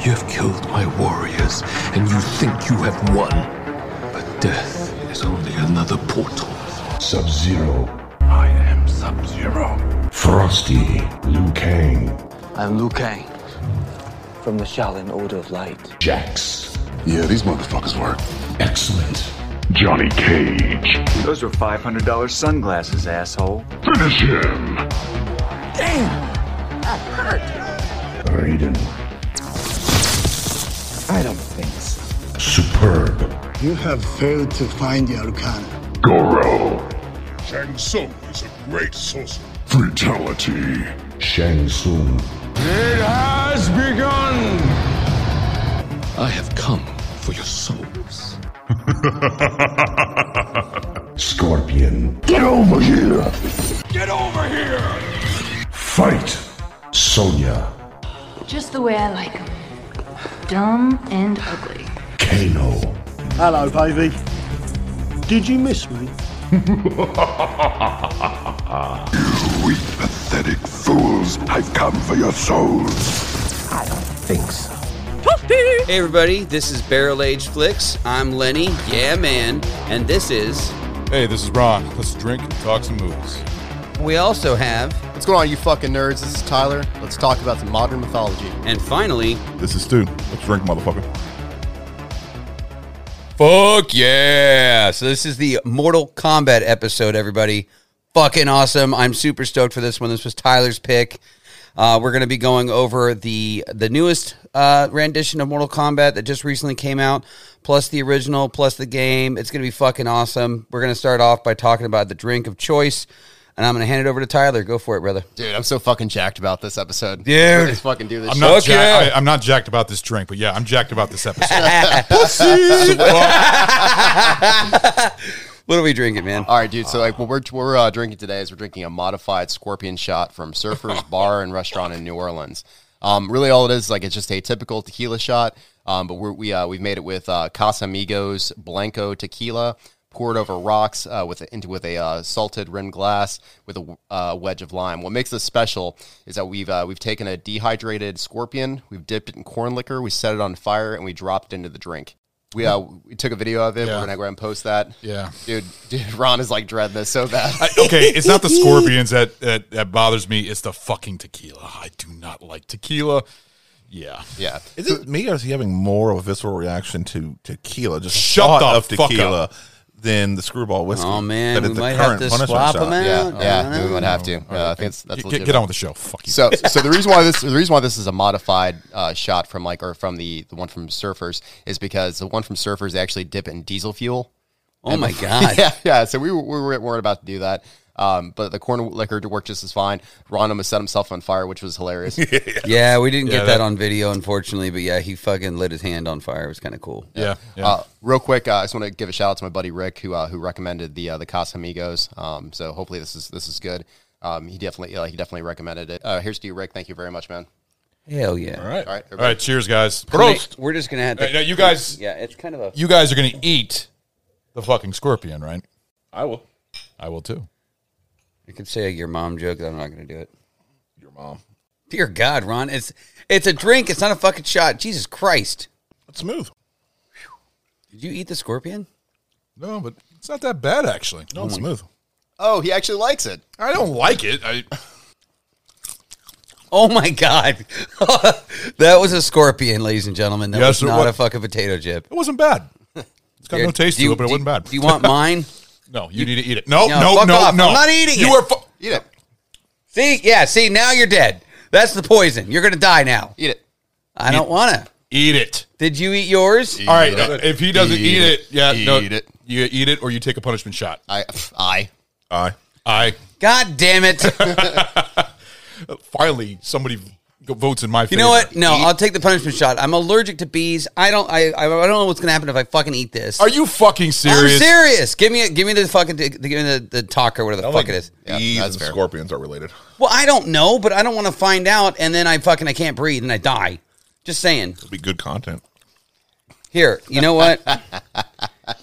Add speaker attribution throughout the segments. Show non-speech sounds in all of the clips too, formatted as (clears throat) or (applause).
Speaker 1: You have killed my warriors, and you think you have won. But death is only another portal.
Speaker 2: Sub Zero,
Speaker 1: I am Sub Zero.
Speaker 2: Frosty, Liu Kang,
Speaker 3: I'm Liu Kang from the Shaolin Order of Light.
Speaker 2: Jax.
Speaker 4: Yeah, these motherfuckers work.
Speaker 2: Excellent.
Speaker 4: Johnny Cage.
Speaker 5: Those were $500 sunglasses, asshole.
Speaker 4: Finish him.
Speaker 2: Raiden,
Speaker 6: I don't think so.
Speaker 2: superb.
Speaker 7: You have failed to find the Arcana.
Speaker 4: Goro.
Speaker 2: Shang Tsung is a great sorcerer.
Speaker 4: Fatality.
Speaker 2: Shang Tsung,
Speaker 1: I have come for your souls.
Speaker 2: Scorpion.
Speaker 4: Get over here.
Speaker 2: Fight, Sonya,
Speaker 8: Just the way I like them. Dumb and ugly.
Speaker 2: Kano, (laughs)
Speaker 7: Hello, baby. Did you miss me?
Speaker 4: Weak, pathetic fools. I've come for your souls.
Speaker 1: I don't think so.
Speaker 9: Hey everybody, this is Barrel Age Flicks. I'm Lenny, yeah man, and this is.
Speaker 10: Hey, this is Ron. Let's drink and talk some movies.
Speaker 9: We also have,
Speaker 11: What's going on, you fucking nerds? This is Tyler. Let's talk about some modern mythology.
Speaker 9: and finally,
Speaker 10: This is Stu. Let's drink, motherfucker.
Speaker 9: fuck yeah! So this is the Mortal Kombat episode, everybody. Fucking awesome! I'm super stoked for this one. This was Tyler's pick. Uh, we're going to be going over the the newest uh, rendition of Mortal Kombat that just recently came out, plus the original, plus the game. It's going to be fucking awesome. We're going to start off by talking about the drink of choice, and I'm going to hand it over to Tyler. Go for it, brother.
Speaker 11: Dude, I'm so fucking jacked about this episode.
Speaker 9: Dude. Let's
Speaker 11: fucking do this
Speaker 10: I'm not,
Speaker 9: Fuck
Speaker 10: jack-
Speaker 9: yeah.
Speaker 10: I, am not jacked about this drink, but yeah, I'm jacked about this episode.
Speaker 11: (laughs)
Speaker 9: What are we drinking, man?
Speaker 11: All right, dude. So like, what we're, we're uh, drinking today is we're drinking a modified scorpion shot from
Speaker 9: (laughs)
Speaker 11: Surfer's Bar and Restaurant in New Orleans. Um, really, all it is like it's just a typical tequila shot, um, but we're, we uh, we've made it with uh, Casamigos Blanco tequila poured over rocks uh, with a, into with a uh, salted rim glass with a uh, wedge of lime. What makes this special is that we've uh, we've taken a dehydrated scorpion, we've dipped it in corn liquor, we set it on fire, and we dropped it into the drink. We, uh, we took a video of it.
Speaker 10: Yeah.
Speaker 11: We're gonna go ahead and post that
Speaker 10: Yeah.
Speaker 11: dude, (laughs) dude, Ron is like dreading this so bad.
Speaker 10: I- okay, it's
Speaker 11: (laughs)
Speaker 10: not the scorpions that, that that bothers me. It's the fucking tequila. I do not like tequila. Yeah.
Speaker 11: yeah,
Speaker 12: Is it me or is he having more of a visceral reaction to tequila? Just
Speaker 10: Shut
Speaker 12: thought
Speaker 10: the
Speaker 12: of
Speaker 10: fuck
Speaker 12: tequila than the screwball whiskey.
Speaker 9: Oh man,
Speaker 12: That
Speaker 9: we
Speaker 12: is the
Speaker 9: might have
Speaker 12: current
Speaker 9: to
Speaker 12: punishment
Speaker 9: swap
Speaker 12: shot.
Speaker 9: them out.
Speaker 11: yeah,
Speaker 9: I don't
Speaker 11: yeah. We
Speaker 9: know.
Speaker 11: would have to. Uh, I think that's, that's
Speaker 10: Get- get,
Speaker 11: legitimate.
Speaker 10: get on with the show. Fuck you.
Speaker 11: So, so the reason why this the reason why this is a modified uh, shot from like or from the the one from Surfers is because the one from Surfers they actually dip it in diesel fuel. (laughs)
Speaker 9: Oh my god.
Speaker 11: yeah, yeah. So we were, we were, weren't about to do that. Um, but the corn liquor worked just as fine. Ron almost set himself on fire, which
Speaker 10: (laughs)
Speaker 11: was hilarious. yeah,
Speaker 9: Yeah, we didn't
Speaker 10: Yeah,
Speaker 9: get that,
Speaker 10: that-
Speaker 9: on video, unfortunately. But yeah, he fucking lit his hand on fire. It was kind of cool.
Speaker 10: yeah. yeah.
Speaker 11: Uh, real quick, uh, I just want to give a shout out to my buddy Rick who uh, who recommended the uh, the Casamigos. Um, so hopefully this is this is good. Um, he definitely uh, he definitely recommended it. Uh, here's to you, Rick. Thank you very much, man.
Speaker 9: Hell yeah.
Speaker 10: all right. All right.
Speaker 11: right,
Speaker 10: Cheers, guys.
Speaker 9: Wait, We're just gonna have
Speaker 10: Hey,
Speaker 9: to.
Speaker 10: now you guys-
Speaker 9: Yeah, it's kind of a.
Speaker 10: You guys are going to eat the fucking scorpion, right?
Speaker 12: I will.
Speaker 10: I will too.
Speaker 9: You could say your mom joke. but I'm not gonna do it.
Speaker 12: Your mom.
Speaker 9: Dear God, Ron, it's it's a drink. It's not a fucking shot. Jesus Christ!
Speaker 12: It's smooth.
Speaker 9: Did you eat the scorpion?
Speaker 10: No, but it's not that bad actually.
Speaker 12: No,
Speaker 9: Mm.
Speaker 12: it's smooth.
Speaker 11: Oh, he actually likes it.
Speaker 10: I don't like it. I
Speaker 9: Oh my God, (laughs) that was a scorpion, ladies and gentlemen. That
Speaker 10: Yes,
Speaker 9: was
Speaker 10: it
Speaker 9: not
Speaker 10: wa-
Speaker 9: a fucking potato chip.
Speaker 10: it wasn't bad. It's got no taste
Speaker 9: Do you-
Speaker 10: to it, but it
Speaker 9: do-
Speaker 10: wasn't bad.
Speaker 9: Do you
Speaker 10: (laughs)
Speaker 9: want mine?
Speaker 10: no, you, need to eat it. No,
Speaker 9: No,
Speaker 10: no,
Speaker 9: fuck
Speaker 10: no,
Speaker 9: off.
Speaker 10: no.
Speaker 9: I'm not eating
Speaker 10: you
Speaker 9: it.
Speaker 10: You are. Fu-
Speaker 11: Eat it.
Speaker 9: See, yeah, see, now you're dead. That's the poison. You're gonna die now.
Speaker 11: Eat it.
Speaker 9: I don't wanna.
Speaker 10: eat it.
Speaker 9: Did you eat yours?
Speaker 10: All right. uh, If he doesn't eat,
Speaker 11: Eat
Speaker 10: it,
Speaker 11: it.
Speaker 10: yeah, no,
Speaker 11: Eat it.
Speaker 10: You eat it, or you take a punishment shot.
Speaker 11: I I.
Speaker 12: Aye.
Speaker 10: I (laughs)
Speaker 9: God damn it.
Speaker 10: finally somebody votes in my favor.
Speaker 9: You know what? No, I'll take the punishment shot. I'm allergic to bees. I don't. I. I don't know what's gonna happen if I fucking eat this.
Speaker 10: Are you fucking serious?
Speaker 9: I'm serious. Give me. a- Give me the fucking. Give me the, the talk or whatever the
Speaker 10: Oh
Speaker 12: I
Speaker 9: fuck
Speaker 12: don't
Speaker 9: it
Speaker 12: think
Speaker 9: is.
Speaker 12: Bees
Speaker 11: that's
Speaker 12: and
Speaker 11: fair.
Speaker 12: scorpions are related.
Speaker 9: Well, I don't know, but I don't want to find out, and then I fucking I can't breathe and I die. Just saying.
Speaker 12: It'll be good content.
Speaker 9: Here, you know what?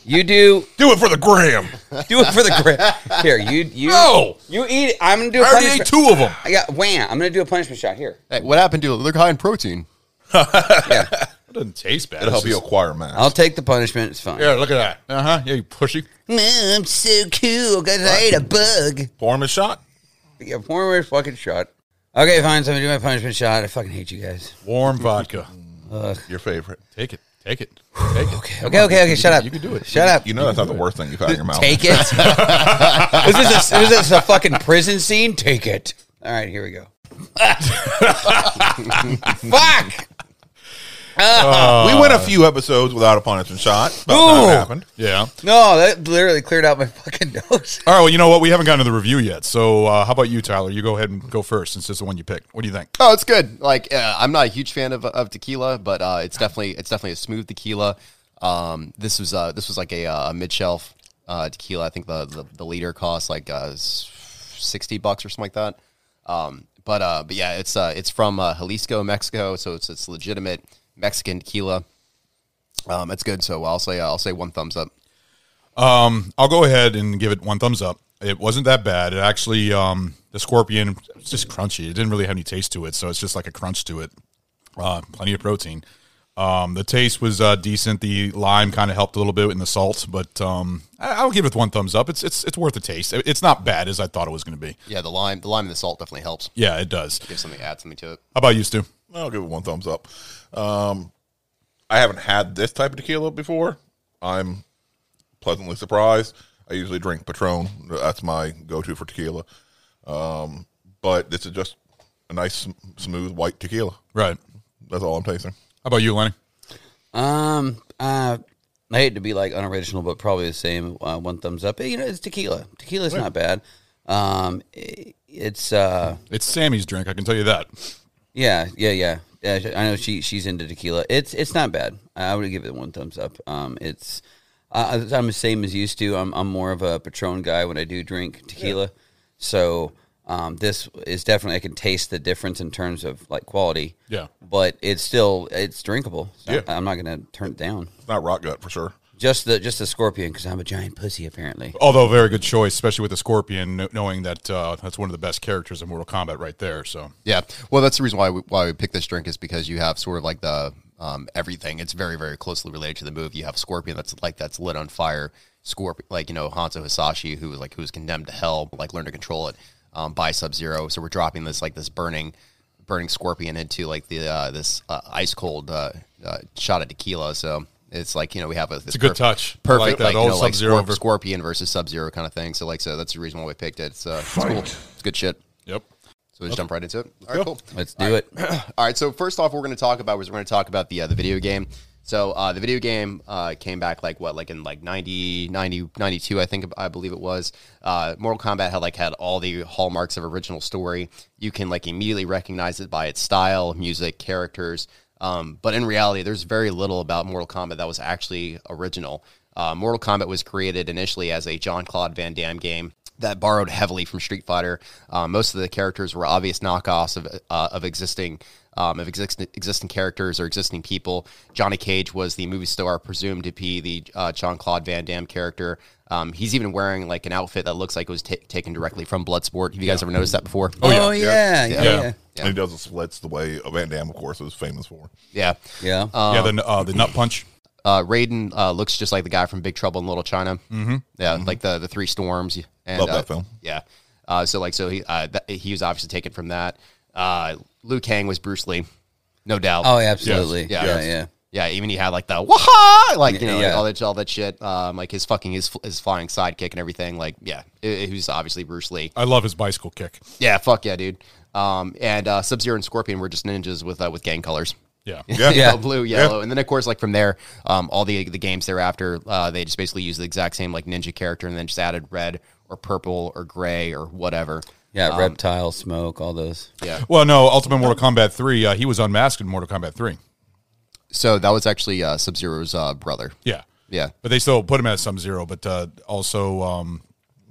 Speaker 9: you do
Speaker 12: Do it for
Speaker 10: (laughs)
Speaker 12: the gram.
Speaker 9: do it for the grip. Here, you you
Speaker 10: No!
Speaker 9: you eat it. I'm gonna do
Speaker 10: I
Speaker 9: a
Speaker 10: already ate
Speaker 9: punishment.
Speaker 10: two of them.
Speaker 9: I got wham. I'm gonna do a punishment shot
Speaker 10: (laughs)
Speaker 9: here.
Speaker 11: Hey, what happened to it? They're high in protein.
Speaker 9: Yeah,
Speaker 10: That doesn't taste bad.
Speaker 12: It'll help
Speaker 10: It's
Speaker 12: you
Speaker 10: just-
Speaker 12: acquire mass.
Speaker 9: I'll take the punishment. It's fine.
Speaker 10: Yeah, look at that. Uh huh. Yeah, you pushy.
Speaker 9: Man, I'm so cool because I ate a bug.
Speaker 12: Pour him a shot.
Speaker 9: Yeah, former fucking shot. Okay, fine. So I'm gonna do my punishment shot. I fucking hate you guys.
Speaker 10: Warm
Speaker 12: (laughs)
Speaker 10: vodka.
Speaker 12: Your favorite.
Speaker 10: Take it. Take it. Take it.
Speaker 9: Okay, okay, okay. okay shut up.
Speaker 10: You can do it.
Speaker 9: Shut up.
Speaker 12: You know that's not the worst thing you've had in your mouth.
Speaker 9: Take it. is, (laughs) this a, is this a fucking prison scene? Take it. All right, here we go. (laughs) Fuck.
Speaker 10: Uh,
Speaker 12: we went a few episodes without a punishment shot. But
Speaker 9: Ooh.
Speaker 12: that happened.
Speaker 10: Yeah.
Speaker 9: No, that literally cleared out my fucking nose.
Speaker 10: All right. Well, you know what? We haven't gotten to the review yet. So uh, how about you, Tyler? You go ahead and go first since it's the one you picked. What do you think?
Speaker 11: Oh, it's good. Like uh, I'm not a huge fan of, of tequila, but uh, it's definitely it's definitely a smooth tequila. Um, this was uh, this was like a, uh, a mid shelf uh, tequila. I think the, the the liter costs like uh, s- sixty bucks or something like that. Um, but uh, but yeah, it's uh, it's from uh, Jalisco, Mexico, so it's it's legitimate Mexican tequila. Um, it's good. So I'll say I'll say one thumbs up.
Speaker 10: I'll go ahead and give it one thumbs up. It wasn't that bad. It actually, um, the scorpion, it's just crunchy. It didn't really have any taste to it, so it's just like a crunch to it. Uh, plenty of protein. Um, the taste was uh, decent. The lime kind of helped a little bit in the salt, but um, I, I'll give it one thumbs up. It's it's it's worth a taste. It- It's not bad as I thought it was going to be.
Speaker 11: Yeah, the lime the lime and the salt definitely helps.
Speaker 10: Yeah, it does. How
Speaker 11: Give something add something to it.
Speaker 10: about you, Stu?
Speaker 12: I'll give it one thumbs up. Um, I haven't had this type of tequila before. I'm pleasantly surprised. I usually drink Patron. That's my go-to for tequila. Um, but this is just a nice, sm- smooth white tequila.
Speaker 10: Right.
Speaker 12: That's all I'm tasting.
Speaker 10: How about you, Lenny?
Speaker 9: Um, uh, I hate to be like unoriginal, but probably the same. Uh, one thumbs up. You know, it's tequila. Tequila's not bad. Um, i- it's uh,
Speaker 10: It's Sammy's drink. I can tell you that.
Speaker 9: yeah, yeah, yeah. yeah sh- I know she she's into tequila. It's it's not bad. I would give it one thumbs up. Um, it's uh, I'm the same as used to. I'm I'm more of a Patron guy when I do drink tequila. So um, this is definitely I can taste the difference in terms of like quality.
Speaker 10: Yeah.
Speaker 9: But it's still it's drinkable. So
Speaker 12: Yeah.
Speaker 9: I'm not gonna turn it down.
Speaker 12: It's not rock gut for sure.
Speaker 9: Just the just the scorpion because I'm a giant pussy apparently.
Speaker 10: Although very good choice, especially with the scorpion, kn- knowing that uh, that's one of the best characters in Mortal Kombat right there. So
Speaker 11: Yeah, well, that's the reason why we, why we picked this drink is because you have sort of like the um, everything. It's very very closely related to the movie. You have Scorpion that's like that's lit on fire. Scorpion, like you know Hanzo Hisashi, who was like who was condemned to hell, but, like learned to control it um, by Sub Zero. So we're dropping this like this burning, burning Scorpion into like the uh, this uh, ice cold uh, uh, shot of tequila. So. It's like you know we have a it's
Speaker 10: a good touch. I
Speaker 11: perfect
Speaker 10: like that.
Speaker 11: like, you
Speaker 10: Old
Speaker 11: know, like
Speaker 10: Sub-Zero
Speaker 11: Scorp-
Speaker 10: ver-
Speaker 11: scorpion versus sub zero kind of thing. So like so that's the reason why we picked it. It's, uh, it's cool.
Speaker 2: Fight.
Speaker 11: It's good shit.
Speaker 10: yep.
Speaker 11: So we just jump right into it. All right, cool.
Speaker 9: Let's do it.
Speaker 11: (clears throat) All right. So first off, what we're going to talk about was we're going to talk about the uh, the video game. So uh, the video game uh, came back like what, like in like 90, 90, 92, I think I believe it was. Uh, Mortal Kombat had like had all the hallmarks of original story. You can like immediately recognize it by its style, music, characters. Um, but in reality, there's very little about Mortal Kombat that was actually original. Uh, Mortal Kombat was created initially as a John Claude Van Damme game that borrowed heavily from Street Fighter. Uh, most of the characters were obvious knockoffs of, uh, of existing um, of existing existing characters or existing people. Johnny Cage was the movie star presumed to be the uh, John Claude Van Damme character. Um, he's even wearing like an outfit that looks like it was ta taken directly from Bloodsport. Have you guys ever noticed that before?
Speaker 9: Oh, yeah, yeah, yeah.
Speaker 10: Yeah.
Speaker 9: yeah.
Speaker 12: And he does the splits the way Van Damme, of course, is famous for.
Speaker 11: yeah.
Speaker 10: yeah, the uh, the nut punch.
Speaker 11: Uh, Raiden uh, looks just like the guy from Big Trouble in Little China. Mm-hmm. Yeah, like the the Three Storms. And,
Speaker 12: Love that
Speaker 11: uh,
Speaker 12: film.
Speaker 11: Yeah. Uh, so like so he uh, that, he was obviously taken from that. Uh, Liu Kang was Bruce Lee, no doubt.
Speaker 9: Oh, yeah, absolutely.
Speaker 11: Yeah.
Speaker 9: yeah,
Speaker 11: Yes.
Speaker 9: yeah.
Speaker 11: Yeah, even he had like the waha, like you know, like
Speaker 9: Yeah.
Speaker 11: all that all that shit. Um, like his fucking his his flying sidekick and everything. Like yeah, it, who's obviously Bruce Lee.
Speaker 10: I love his bicycle kick.
Speaker 11: Yeah, fuck yeah, dude. Um, and uh, Sub Zero and Scorpion were just ninjas with uh, with gang colors.
Speaker 10: Yeah.
Speaker 12: Yeah.
Speaker 11: yeah. blue, yellow, and then of course, like from there, um, all the the games thereafter, uh, they just basically use the exact same like ninja character, and then just added red or purple or gray or whatever.
Speaker 9: Yeah, reptile smoke, all those.
Speaker 11: Yeah.
Speaker 10: Well, no, Ultimate Mortal Kombat 3, uh, he was unmasked in Mortal Kombat 3.
Speaker 11: So that was actually uh, Sub Zero's uh, brother.
Speaker 10: Yeah.
Speaker 11: Yeah.
Speaker 10: But they still put him at Sub Zero, but uh, also um,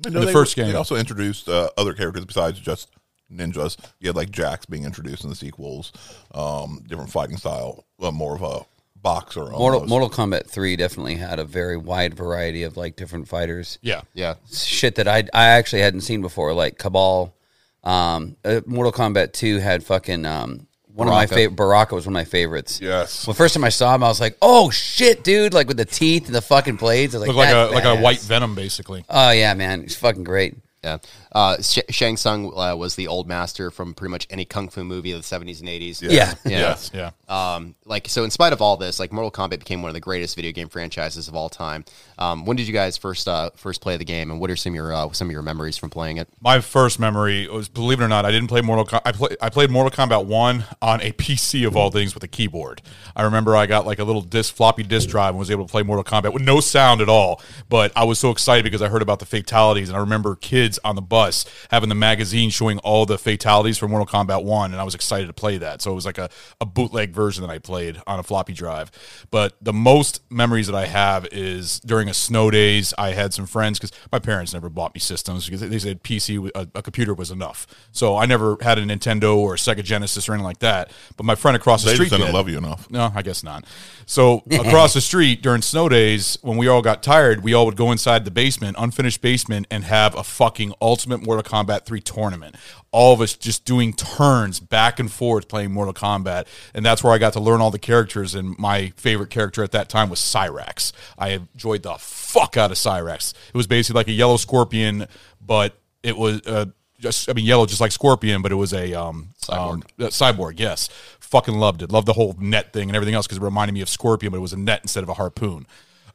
Speaker 12: I
Speaker 10: in
Speaker 12: know
Speaker 10: the
Speaker 12: they-
Speaker 10: first game.
Speaker 12: They also introduced uh, other characters besides just ninjas. You had like Jax being introduced in the sequels, um, different fighting style, uh, more of a boxer.
Speaker 9: Mortal,
Speaker 12: Almost.
Speaker 9: Mortal Kombat 3 definitely had a very wide variety of like different fighters.
Speaker 10: yeah.
Speaker 11: Yeah.
Speaker 9: shit that I I actually hadn't seen before, like Cabal. Um, uh, Mortal Kombat Two had fucking um one of my
Speaker 11: Baraka.
Speaker 9: favorite. Baraka was one of my favorites.
Speaker 12: Yes.
Speaker 9: Well, first time I saw him, I was like, "Oh shit, dude!" Like with the teeth and the fucking blades. I was like,
Speaker 10: Looked like a
Speaker 9: "That's
Speaker 10: like a
Speaker 9: badass."
Speaker 10: white Venom, basically.
Speaker 9: Oh yeah, man, he's fucking great.
Speaker 11: Yeah. Uh, Sh- Shang Tsung uh, was the old master from pretty much any kung fu movie of the 70s and 80s.
Speaker 9: Yeah.
Speaker 11: Yeah.
Speaker 12: Yes.
Speaker 10: Yeah.
Speaker 11: Um, like, so in spite of all this, like Mortal Kombat became one of the greatest video game franchises of all time. Um, when did you guys first, uh, first play the game and what are some of your, uh, some of your memories from playing it?
Speaker 10: My first memory was, believe it or not, I didn't play Mortal. Com- I play, I played Mortal Kombat One on a PC of all things with a keyboard. I remember I got like a little disc, floppy disk drive, and was able to play Mortal Kombat with no sound at all. But I was so excited because I heard about the fatalities, and I remember kids on the bus having the magazine showing all the fatalities for Mortal Kombat One, and I was excited to play that. So it was like a, a bootleg version that I played on a floppy drive. But the most memories that I have is during a snow days, I had some friends because my parents never bought me systems because they said PC, w- a, a computer was enough. So I never had a Nintendo or a Sega Genesis or anything like that. But my friend across the
Speaker 12: They
Speaker 10: street
Speaker 12: just didn't
Speaker 10: did.
Speaker 12: love you enough.
Speaker 10: No, I guess not. So across the street during snow days, when we all got tired, we all would go inside the basement, unfinished basement, and have a fucking Ultimate Mortal Kombat 3 tournament. All of us just doing turns back and forth playing Mortal Kombat. And that's where I got to learn all the characters. And my favorite character at that time was Cyrax. I enjoyed the fuck out of Cyrax. It was basically like a yellow scorpion, but it was. Uh, just, I mean, yellow, just like Scorpion, but it was a um, cyborg. Um, uh, cyborg, yes. Fucking loved it. Loved the whole net thing and everything else because it reminded me of Scorpion, but it was a net instead of a harpoon.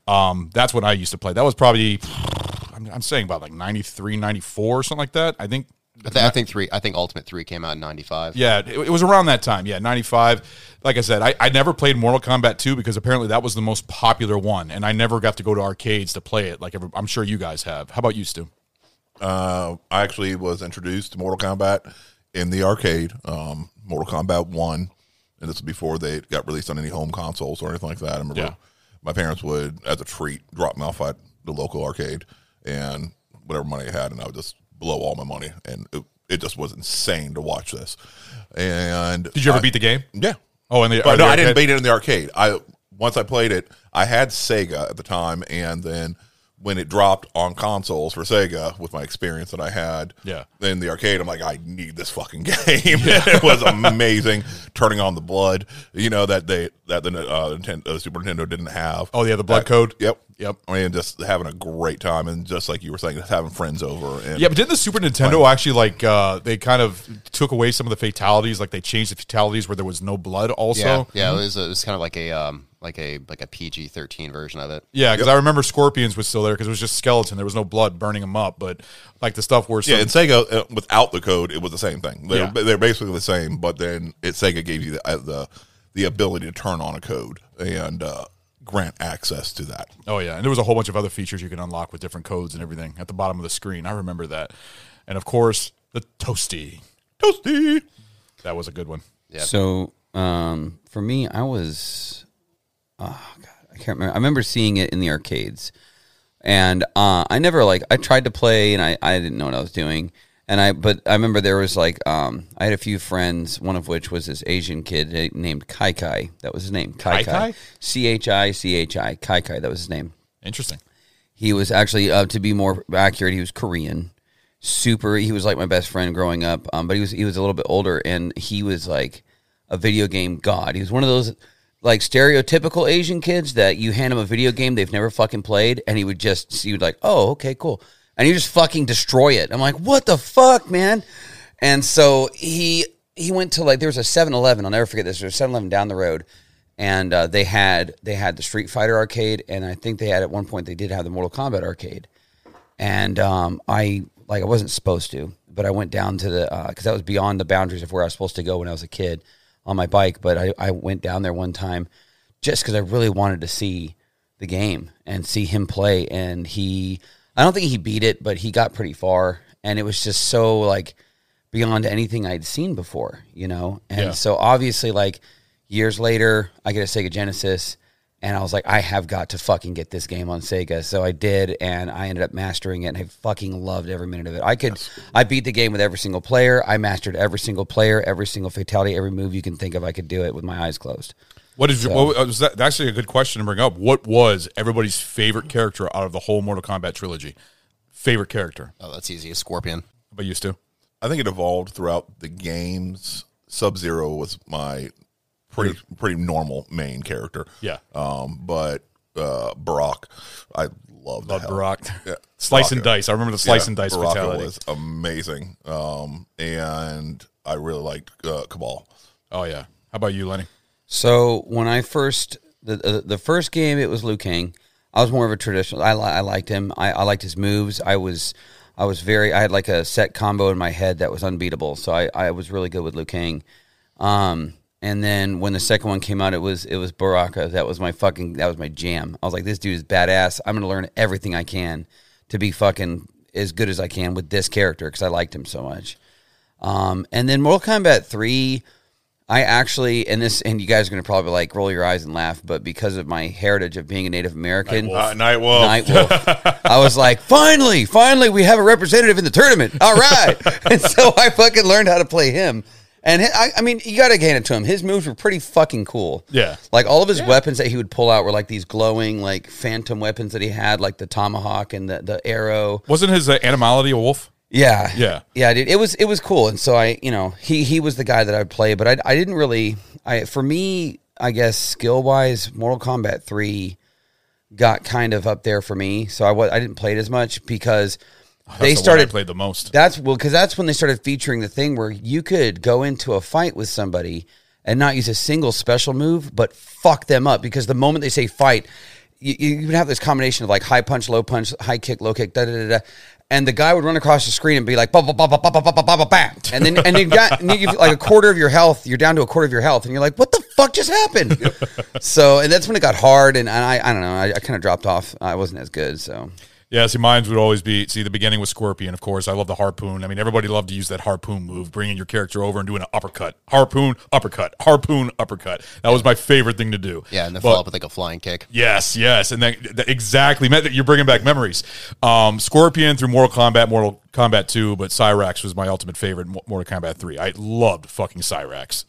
Speaker 10: Um, that's when I used to play. That was probably, I'm, I'm saying about like 93, 94, something like that. I think
Speaker 11: I, th- I think three, I think Ultimate 3 came out in 95.
Speaker 10: yeah, it, it was around that time. Yeah, 95. Like I said, I, I never played Mortal Kombat 2 because apparently that was the most popular one, and I never got to go to arcades to play it like every, I'm sure you guys have. How about you, Stu?
Speaker 12: Uh, I actually was introduced to Mortal Kombat in the arcade, um, Mortal Kombat 1. And this was before they got released on any home consoles or anything like that. I remember
Speaker 10: Yeah.
Speaker 12: my parents would, as a treat, drop me off at the local arcade and whatever money I had, and I would just blow all my money. And it, it just was insane to watch this. And
Speaker 10: Did you ever
Speaker 12: I-
Speaker 10: beat the game?
Speaker 12: Yeah.
Speaker 10: Oh, and the, the
Speaker 12: But no, I didn't
Speaker 10: arcade-
Speaker 12: beat it in the arcade. I once I played it, I had Sega at the time, and then when it dropped on consoles for Sega, with my experience that I had,
Speaker 10: Yeah.
Speaker 12: in the arcade, I'm like, I need this fucking (laughs) game. it was amazing. Turning on the blood, you know that they that the uh, Nintendo, Super Nintendo didn't have.
Speaker 10: Oh, yeah, the blood
Speaker 12: That-
Speaker 10: code.
Speaker 12: Yep,
Speaker 10: Yep.
Speaker 12: I mean, just having a great time, and just like you were saying, just having friends over. And
Speaker 10: Yeah, but didn't the Super Nintendo actually like uh, they kind of took away some of the fatalities? Like they changed the fatalities where there was no blood. Also,
Speaker 11: Yeah. yeah it, was, it was kind of like a, um, like a, like a PG 13 version of it.
Speaker 10: yeah, because I remember Scorpions was still there because it was just skeleton. There was no blood burning them up, but like the stuff where
Speaker 12: Yeah,
Speaker 10: some-
Speaker 12: and Sega uh, without the code, it was the same thing. They're,
Speaker 10: Yeah.
Speaker 12: they're basically the same, but then it Sega gave you the uh, the, the ability to turn on a code and uh, grant access to that.
Speaker 10: Oh yeah, and there was a whole bunch of other features you can unlock with different codes and everything at the bottom of the screen. I remember that, and of course the toasty.
Speaker 12: Toasty.
Speaker 10: That was a good one.
Speaker 9: So um, for me, I was oh god, I can't remember. I remember seeing it in the arcades, and uh, I never like I tried to play and I I didn't know what I was doing. And I, but I remember there was like, um, I had a few friends, one of which was this Asian kid named Kai Kai. That was his name.
Speaker 10: Kai
Speaker 9: Kai Kai?
Speaker 10: Kai?
Speaker 9: C H I C H I. Kai Kai. That was his name
Speaker 10: Interesting.
Speaker 9: he was actually uh, to be more accurate he was korean super he was like my best friend growing up um, but he was he was a little bit older and he was like a video game god he was one of those like stereotypical asian kids that you hand him a video game they've never fucking played and he would just he would like oh okay cool and he would just fucking destroy it i'm like what the fuck man and so he he went to like there was a 7-eleven i'll never forget this there's a 7-eleven down the road and uh, they had they had the Street Fighter arcade, and I think they had at one point they did have the Mortal Kombat arcade. And um, I like I wasn't supposed to, but I went down to the because that was beyond the boundaries of where I was supposed to go when I was a kid on my bike. But I, I went down there one time just because I really wanted to see the game and see him play. And he, I don't think he beat it, but he got pretty far. And it was just so like beyond anything I'd seen before, you know? And
Speaker 10: Yeah.
Speaker 9: so obviously, like years later, I get a Sega Genesis and I was like, I have got to fucking get this game on Sega. So I did, and I ended up mastering it and I fucking loved every minute of it. I could, I beat the game with every single player. I mastered every single player, every single fatality, every move you can think of. I could do it with my eyes closed.
Speaker 10: What is
Speaker 9: So-
Speaker 10: what uh, was that? That's actually a good question to bring up. What was everybody's favorite character out of the whole Mortal Kombat trilogy? Favorite character?
Speaker 11: Oh, that's easy. A scorpion.
Speaker 10: But used to.
Speaker 12: I think it evolved throughout the games. Sub Zero was my pretty
Speaker 9: Mm.
Speaker 12: pretty normal main character.
Speaker 10: Yeah.
Speaker 12: Um, but uh, Brock, I love
Speaker 10: Love
Speaker 12: that.
Speaker 10: Brock. Slice and dice. I remember the slice and dice
Speaker 12: Baraka
Speaker 10: fatality.
Speaker 12: was amazing. Um, and I really liked uh, Cabal.
Speaker 10: Oh yeah. How about you, Lenny?
Speaker 9: So when I first the the, the first game, it was Liu Kang. I was more of a traditional. I, li- I liked him. I, I liked his moves. I was I was very. I had like a set combo in my head that was unbeatable. So I, I was really good with Liu Kang. Um, and then when the second one came out, it was it was Baraka. That was my fucking that was my jam. I was like, this dude is badass. I'm gonna learn everything I can to be fucking as good as I can with this character because I liked him so much. Um, and then Mortal Kombat 3, I actually, and this, and you guys are going to probably like roll your eyes and laugh, but because of my heritage of being a Native American,
Speaker 10: Nightwolf. Uh, Nightwolf.
Speaker 9: Nightwolf, I was like, finally, finally, we have a representative in the tournament.
Speaker 10: (laughs)
Speaker 9: All right. (laughs) and so I fucking learned how to play him. And hi- I, I mean, you got to hand it to him. His moves were pretty fucking cool.
Speaker 10: Yeah.
Speaker 9: Like all of his weapons that he would pull out were like these glowing, like phantom weapons that he had, like the tomahawk and the, the arrow.
Speaker 10: Wasn't his uh, animality a wolf?
Speaker 9: Yeah,
Speaker 10: Yeah.
Speaker 9: yeah, dude. It was it was cool, and so I, you know, he he was the guy that I'd play, but I I didn't really, I for me, I guess skill wise, Mortal Kombat three got kind of up there for me, so I wa- I didn't play it as much because
Speaker 10: Oh, That's
Speaker 9: they
Speaker 10: the one I
Speaker 9: started
Speaker 10: played the most.
Speaker 9: that's well, because that's when they started featuring the thing where you could go into a fight with somebody and not use a single special move, but fuck them up because the moment they say fight, you, you would have this combination of like high punch, low punch, high kick, low kick, da da da da. And the guy would run across the screen and be like, ba ba ba ba ba ba ba ba ba ba, ba, and then and then got and then you've like a quarter of your health, you're down to a quarter of your health, and you're like, what the fuck just happened? so, and that's when it got hard, and, and I I don't know, I, I kind of dropped off. I wasn't as good, so
Speaker 10: Yeah, see, mine would always be see the beginning with Scorpion. Of course, I love the harpoon. I mean, everybody loved to use that harpoon move, bringing your character over and doing an uppercut, harpoon, uppercut, harpoon, uppercut. That was my favorite thing to do.
Speaker 11: Yeah, and they
Speaker 10: But-
Speaker 11: follow up with like a flying kick.
Speaker 10: Yes, yes, and then that, exactly. Me- You're bringing back memories. Um, Scorpion through Mortal Kombat, Mortal Kombat Two, but Cyrax was my ultimate favorite. in Mo- Mortal Kombat Three, I loved fucking Cyrax.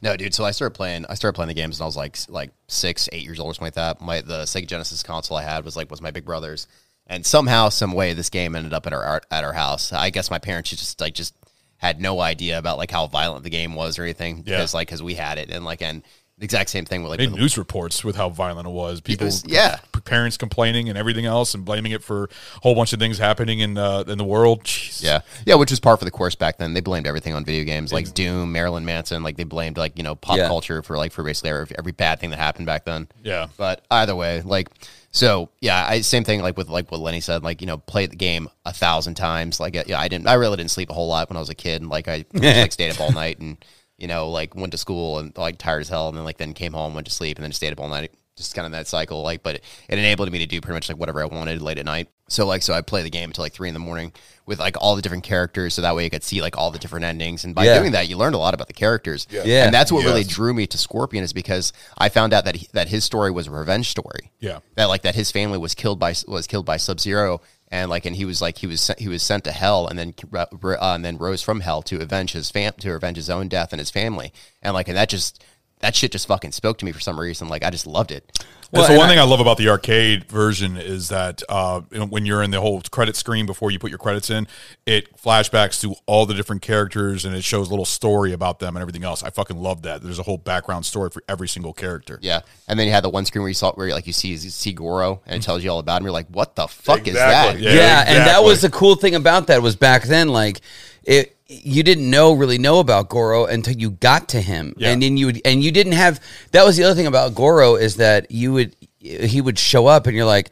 Speaker 11: No, dude. So I started playing. I started playing the games, and I was like, s- like six, eight years old or something like that. My the Sega Genesis console I had was like was my big brother's, and somehow, some way, this game ended up at our- our at our house. I guess my parents just like just had no idea about like how violent the game was or anything
Speaker 10: Yeah.
Speaker 11: because like because we had it and like and the exact same thing with like
Speaker 10: Made
Speaker 11: with-
Speaker 10: news reports with how violent it was. People,
Speaker 11: was- yeah.
Speaker 10: p- parents complaining and everything else, and blaming it for a whole bunch of things happening in uh, in the world. Jeez.
Speaker 11: Yeah, yeah, which was par for the course back then. They blamed everything on video games, like Doom, Marilyn Manson. Like they blamed like you know pop
Speaker 9: Yeah.
Speaker 11: culture for like for basically every, every bad thing that happened back then.
Speaker 10: Yeah.
Speaker 11: but either way, like so yeah, I same thing like with like what Lenny said. Like you know, play the game a thousand times. Like yeah, I didn't. I really didn't sleep a whole lot when I was a kid, and like
Speaker 9: (laughs)
Speaker 11: I just, like stayed up all night and you know like went to school and like tired as hell, and then like then came home, went to sleep, and then stayed up all night just kind of that cycle. Like, but it, enabled me to do pretty much like whatever I wanted late at night. So like, so I play the game until like three in the morning with like all the different characters. So that way you could see like all the different endings. And by
Speaker 9: Yeah.
Speaker 11: doing that, you learned a lot about the characters.
Speaker 9: Yeah.
Speaker 11: And that's what really
Speaker 12: Yes.
Speaker 11: drew me to Scorpion is because I found out that he, that his story was a revenge story.
Speaker 10: Yeah.
Speaker 11: That like that his family was killed by was killed by Sub Zero. And like, and he was like, he was sent, he was sent to hell, and then uh, and then rose from hell to avenge his fam to avenge his own death and his family, and like, and that just that shit just fucking spoke to me for some reason. Like, I just loved it.
Speaker 10: That's
Speaker 9: Well,
Speaker 10: the one
Speaker 9: and
Speaker 10: thing I love about the arcade version is that uh, you know, when you're in the whole credit screen before you put your credits in, it flashbacks to all the different characters and it shows a little story about them and everything else. I fucking love that. There's a whole background story for every single character.
Speaker 11: Yeah, and then you had the one screen where you saw where like you see you see Goro and it tells you all about him. You're like, what the fuck
Speaker 12: Exactly.
Speaker 11: is that?
Speaker 9: yeah, and that was
Speaker 10: exactly.
Speaker 9: the cool thing about that was back then like it you didn't know really know about Goro until you got to him
Speaker 10: Yeah.
Speaker 9: and then you would and you didn't have that was the other thing about Goro is that you would he would show up and you're like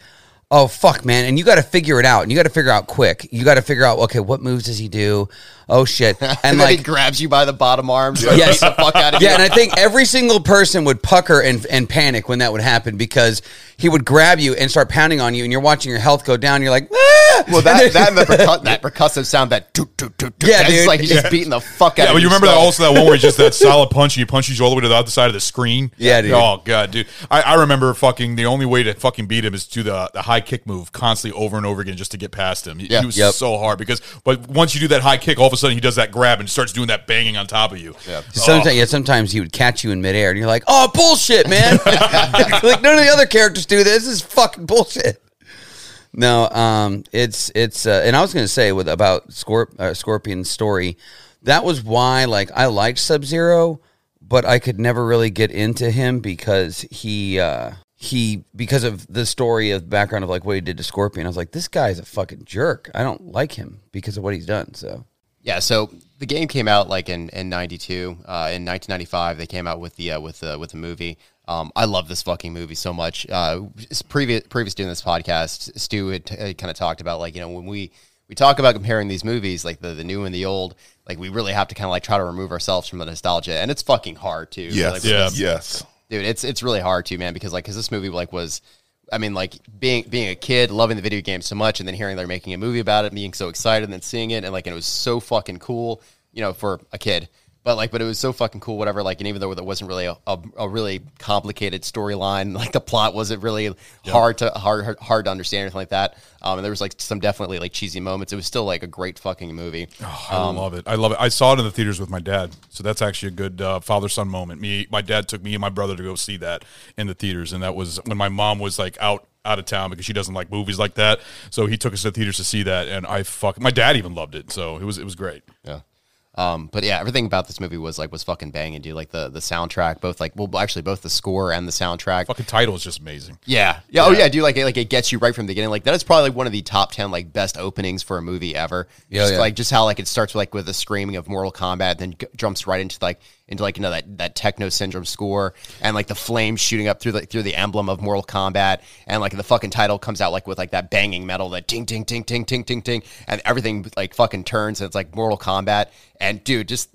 Speaker 9: oh fuck man and you got to figure it out and you got to figure out quick you got to figure out okay what moves does he do oh
Speaker 11: (laughs)
Speaker 9: shit
Speaker 11: And
Speaker 9: and
Speaker 11: then he
Speaker 9: like
Speaker 11: grabs you by the bottom arms. Like,
Speaker 9: Yes.
Speaker 11: Get the fuck
Speaker 9: (laughs)
Speaker 11: out of
Speaker 9: yeah,
Speaker 11: here.
Speaker 9: and I think every single person would pucker and, and panic when that would happen because he would grab you and start pounding on you, and you're watching your health go down. You're like, "Ah!"
Speaker 11: Well,
Speaker 9: (laughs)
Speaker 11: that that, and the percu- that percussive sound, that toot toot toot toot.
Speaker 9: Yeah,
Speaker 11: that's
Speaker 9: dude.
Speaker 11: like he's
Speaker 9: Yeah.
Speaker 11: just beating the fuck out.
Speaker 10: Yeah,
Speaker 11: of
Speaker 10: but you remember that
Speaker 11: yourself.
Speaker 10: also that one where he just
Speaker 9: (laughs)
Speaker 10: that solid punch and he punches you all the way to the other side of the screen.
Speaker 9: Yeah, dude.
Speaker 10: Oh god, dude. I, I remember fucking the only way to fucking beat him is to do the the high kick move constantly over and over again just to get past him. It-
Speaker 11: Yeah.
Speaker 10: It was
Speaker 9: Yep.
Speaker 10: so hard because but once you do that high kick, all of a sudden he does that grab and starts doing that banging on top of you. Oh, Yeah.
Speaker 9: Sometimes,
Speaker 12: Oh.
Speaker 9: yeah, sometimes he would catch you in midair, and you're like, "Oh,
Speaker 12: (laughs)
Speaker 9: bullshit, man!" (laughs) like none of the other characters do this. This is fucking bullshit. No, um, it's it's, uh, and I was gonna say with about Scorp- uh, Scorpion's story, that was why like I liked Sub Zero, but I could never really get into him because he uh, he because of the story of background of like what he did to Scorpion. I was like, this guy's a fucking jerk. I don't like him because of what he's done. So
Speaker 11: Yeah, so the game came out like in in '92. Uh, in 1995, they came out with the uh, with the with the movie. Um, I love this fucking movie so much. Uh, just previous previous doing this podcast, Stu had kind of talked about like you know when we we talk about comparing these movies, like the the new and the old, like we really have to kind of like try to remove ourselves from the nostalgia, and it's fucking hard too. Like,
Speaker 12: Yes.
Speaker 10: Yeah.
Speaker 12: Yes.
Speaker 11: dude it's it's really hard too man because like because this movie like was i mean like being being a kid loving the video game so much and then hearing they're making a movie about it being so excited and then seeing it and like and it was so fucking cool you know for a kid but like but it was so fucking cool whatever like and even though there wasn't really a, a, a really complicated storyline (laughs) like the plot wasn't really hard to hard, hard hard to understand or anything like that um and there was like some definitely like cheesy moments it was still like a great fucking movie
Speaker 10: I love it. I love it. I saw it in the theaters with my dad, so that's actually a good uh, father son moment. Me, my dad took me and my brother to go see that in the theaters, and that was when my mom was like out out of town because she doesn't like movies like that. So he took us to the theaters to see that, and I fuck. My dad even loved it, so it was it was great.
Speaker 11: Yeah. Um, but yeah, everything about this movie was like was fucking banging, dude. Like the the soundtrack, both like well, actually both the score and the soundtrack.
Speaker 10: Fucking title is just amazing.
Speaker 11: Yeah. yeah, oh yeah, dude. Like it, like it gets you right from the beginning. Like that is probably like, one of the top ten like best openings for a movie ever.
Speaker 9: Yeah,
Speaker 11: just,
Speaker 9: yeah.
Speaker 11: Like just how like it starts like with the screaming of Mortal Kombat, then g- jumps right into like into like you know that that techno syndrome score and like the flames shooting up through like through the emblem of Mortal Kombat, and like the fucking title comes out like with like that banging metal, that ting ting ting ting ting ting ting, and everything like fucking turns and it's like Mortal Kombat, and dude, just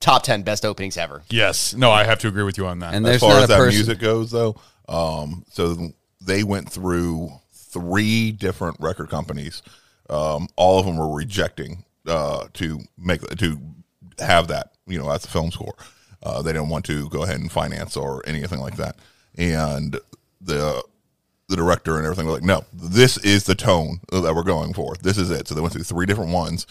Speaker 11: top ten best openings ever.
Speaker 10: Yes. No, I have to agree with you on that.
Speaker 9: and
Speaker 12: as
Speaker 9: there's
Speaker 12: far
Speaker 9: not
Speaker 12: as
Speaker 9: a
Speaker 12: that
Speaker 9: person.
Speaker 12: music goes, though, um, so they went through three different record companies. Um, all of them were rejecting uh, to make to have that, you know, as a film score. Uh, they didn't want to go ahead and finance or anything like that. And the the director and everything were like, no, this is the tone that we're going for. This is it. So they went through three different ones.